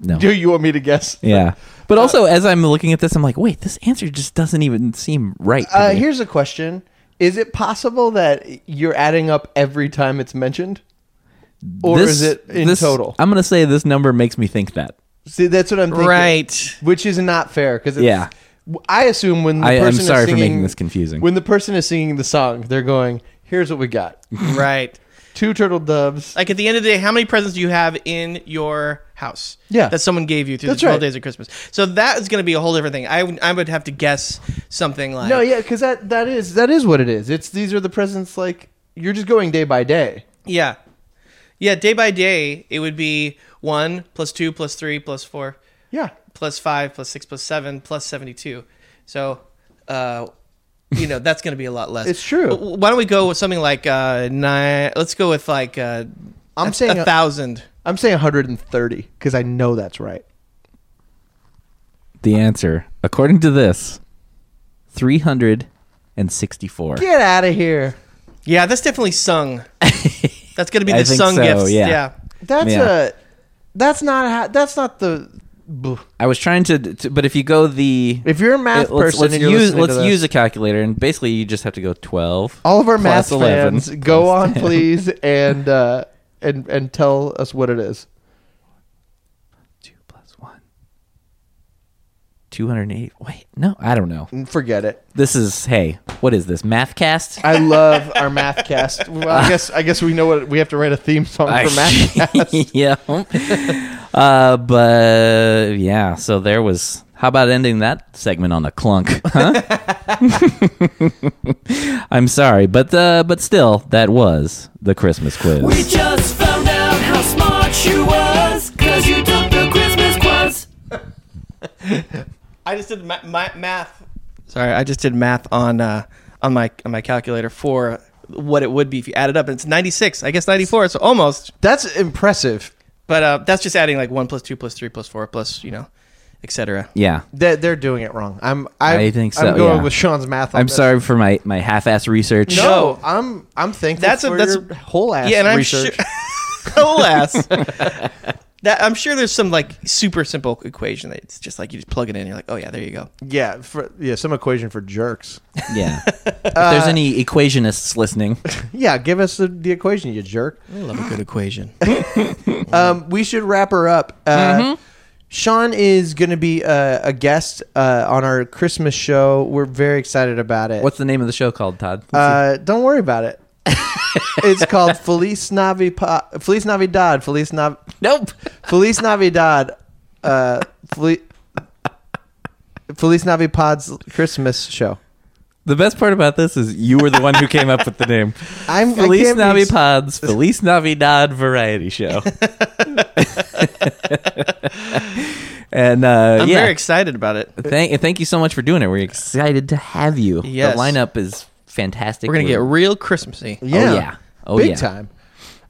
No. Do you want me to guess? Yeah, Uh, but also as I'm looking at this, I'm like, wait, this answer just doesn't even seem right. to Uh, me. here's a question: Is it possible that you're adding up every time it's mentioned, or This- is it in this- total? I'm gonna say this number makes me think that. See, that's what I'm thinking. Right. Which is not fair because Yeah. I assume when the I- I'm person is sorry for making singing- this confusing. When the person is singing the song, they're going, "Here's what we got: right two turtle doves." like at the end of the day how many presents do you have in your house Yeah. that someone gave you through That's the 12 right. days of christmas so that is going to be a whole different thing I would- I would have to guess something like No, Oh, yeah, because that that is that is what it is. It's these are the presents. Like you're just going day by day. Yeah. Yeah, day by day, it would be 1 plus 2 plus 3 plus 4. Yeah. Plus 5 plus 6 plus 7 plus 72. So, uh, you know, that's going to be a lot less. It's true. W- Why don't we go with something like uh, nine? Let's go with like uh, I'm a, saying a a- thousand. I'm saying 130 because I know that's right. The answer, according to this, 364. Get out of here. Yeah, that's definitely sung. that's going to be I the think sung so, gifts. yeah. That's Yeah. a. That's not how. That's not the. Bleh. I was trying to, to- but if you go the If you're a math it- let's, person let's and you're use listening to let's this- use a calculator, and basically you just have to go 12. All of our math plus 11. fans, go on, please, and uh, and and tell us what it is. 208. Wait, no, I don't know. Forget it. This is hey, what is this mathcast? I love our math cast. Well, I guess I guess we know what we have to write a theme song I- for math. yeah. uh, but yeah, so there was. How about ending that segment on a clunk? Huh? I'm sorry, but uh, but still, that was the Christmas quiz. We just found out how smart she was, cause you took the Christmas quiz. I just did ma- ma- math. Sorry, I just did math on uh, on my on my calculator for what it would be if you added up, and it's 96. I guess 94. So almost. That's impressive. But uh, that's just adding like one plus two plus three plus four plus you know, etc. yeah, They're, they're doing it wrong. I'm. i I think so. I'm going yeah. with Sean's math. On I'm this. sorry for my my half-ass research. No, I'm. I'm thankful That's a- for that's- your whole ass Yeah, and I'm research. sure. whole ass. That, I'm sure there's some like super simple equation that it's just like you just plug it in. You're like, oh yeah, there you go. Yeah, for, yeah, some equation for jerks. Yeah. if Uh, there's any equationists listening, Yeah, give us the, the equation, you jerk. Mm-hmm. I love a good equation. Um, we should wrap her up. Uh, Mm-hmm. Sean is going to be uh, a guest uh, on our Christmas show. We're very excited about it. what's the name of the show called, Todd? Uh, don't worry about it. it's called Feliz Navi po- Feliz Navidad. Feliz Nav nope. Feliz Navidad. Uh, Feliz. Feliz Navi Pod's Christmas show. The best part about this is you were the one who came up with the name. I'm- I Feliz can't be Navi ex- Pods, Feliz Navidad Variety Show. and uh, I'm yeah. very excited about it. Thank, thank you so much for doing it. We're excited to have you. Yes. The lineup is fantastic. We're gonna get real Christmassy. Yeah. Oh, yeah. Oh, Big yeah. time.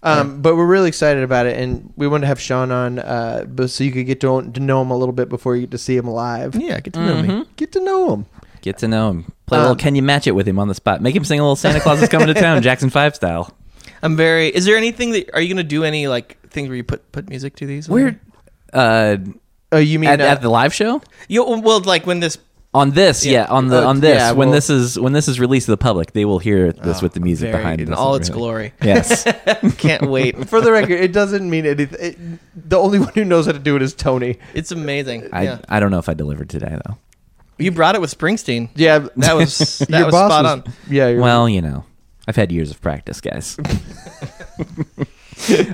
Um, But we're really excited about it, and we wanted to have Sean on, uh, but so you could get to, to know him a little bit before you get to see him live. Yeah, get to know me. Get to know him. Get to know him. Play a little Can You Match It with him on the spot. Make him sing a little Santa Claus is Coming to Town, Jackson 5 style. I'm very. Is there anything that are you gonna do any like things where you put put music to these? Where? Uh, oh, you mean at, uh, at the live show? You well, like when this. On this, yeah, on the Uh, on this yeah, when well- Ah, this is when this is released to the public, they will hear this with the music very- behind in this all and its everything. glory. Yes, Can't wait. For the record, it doesn't mean anything. It, the only one who knows how to do it is Tony. It's amazing. I yeah. I don't know if I delivered today though. You brought it with Springsteen. Yeah, that was that Your was boss spot was- on. Yeah. Well, you know, I've had years of practice, guys.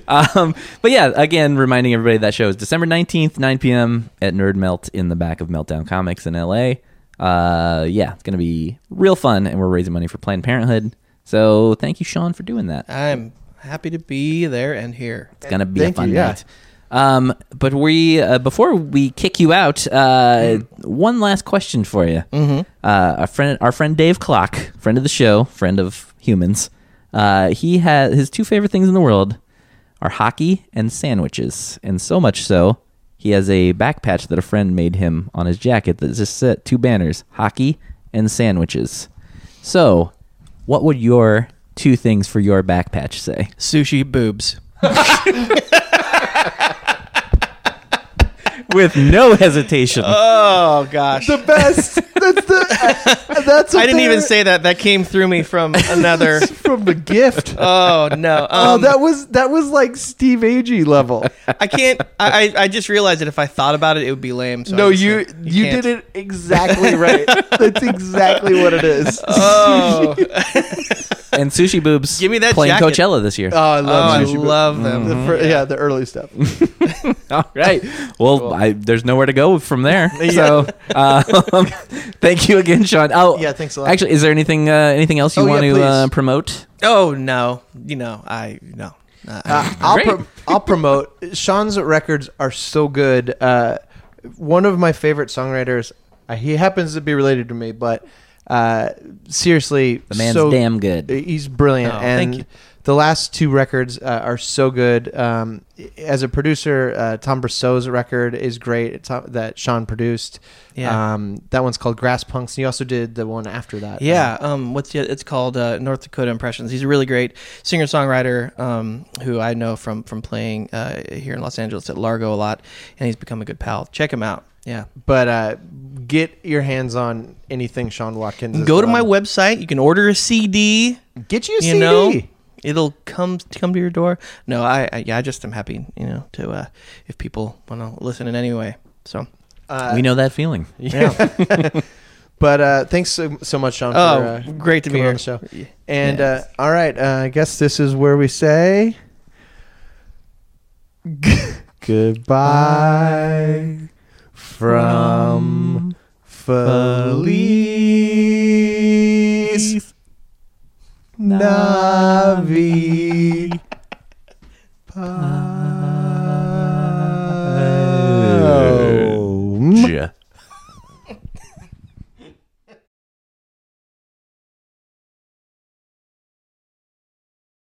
um, but yeah, again, reminding everybody that show is December 19th, 9 p.m. at Nerd Melt in the back of Meltdown Comics in LA. Uh, yeah, it's going to be real fun, and we're raising money for Planned Parenthood. So thank you, Sean, for doing that. I'm happy to be there and here. It's gonna be a fun night. Um, but we uh, before we kick you out, uh, one last question for you. Mhm. Uh, our friend, our friend Dave Clock, friend of the show, friend of humans. Uh, he has his two favorite things in the world are hockey and sandwiches, and so much so he has a back patch that a friend made him on his jacket that just set two banners: hockey and sandwiches. So, what would your two things for your back patch say? Sushi boobs. with no hesitation. Oh gosh. The best. That's the. That's. I didn't what even they're- say that. That came through me from another. from the gift. Oh no. Um, oh, that was that was like Steve Agee level. I can't. I, I I just realized that if I thought about it, it would be lame. So I no, just you said, you can't. did it exactly right. That's exactly what it is. Oh, and Sushi Boobs Give me that playing jacket. Coachella this year. Oh, I love. Oh, I Sushi Boot. love them. The fir- yeah. the early stuff. All right. Well, I, there's nowhere to go from there. So, um, thank you again, Sean. Oh, Yeah, thanks a lot. Actually, is there anything uh, anything else you Oh, want yeah, to uh, please. promote? oh no. You know I no. Uh, Uh, I'll Great. pro- I'll promote. Sean's records are so good. Uh, one of my favorite songwriters. Uh, he happens to be related to me, but uh, seriously, The man's so- damn good. He's brilliant, Oh, and thank you. the last two records uh, are so good. Um, as a producer, uh, Tom Brousseau's record is great. It's, uh, that Sean produced. Yeah. Um, that one's called Grass Punks. And he also did the one after that. Yeah, um, what's the, it's called uh, North Dakota Impressions. He's a really great singer songwriter um, who I know from from playing uh, here in Los Angeles at Largo a lot, and he's become a good pal. Check him out. Yeah, But uh, get your hands on anything Sean Watkins. is go to my doing. website. You can order a CD. Get you a you CD. know it'll come come to your door no I, I yeah i just am happy you know to uh if people want to listen in any way so Uh, we know that feeling. yeah But uh, thanks so, so much, Sean. Oh, for, uh, great to be coming here. on the show. And uh, all right, uh, I guess this is where we say goodbye from Feliz Navi. Pod. Oh.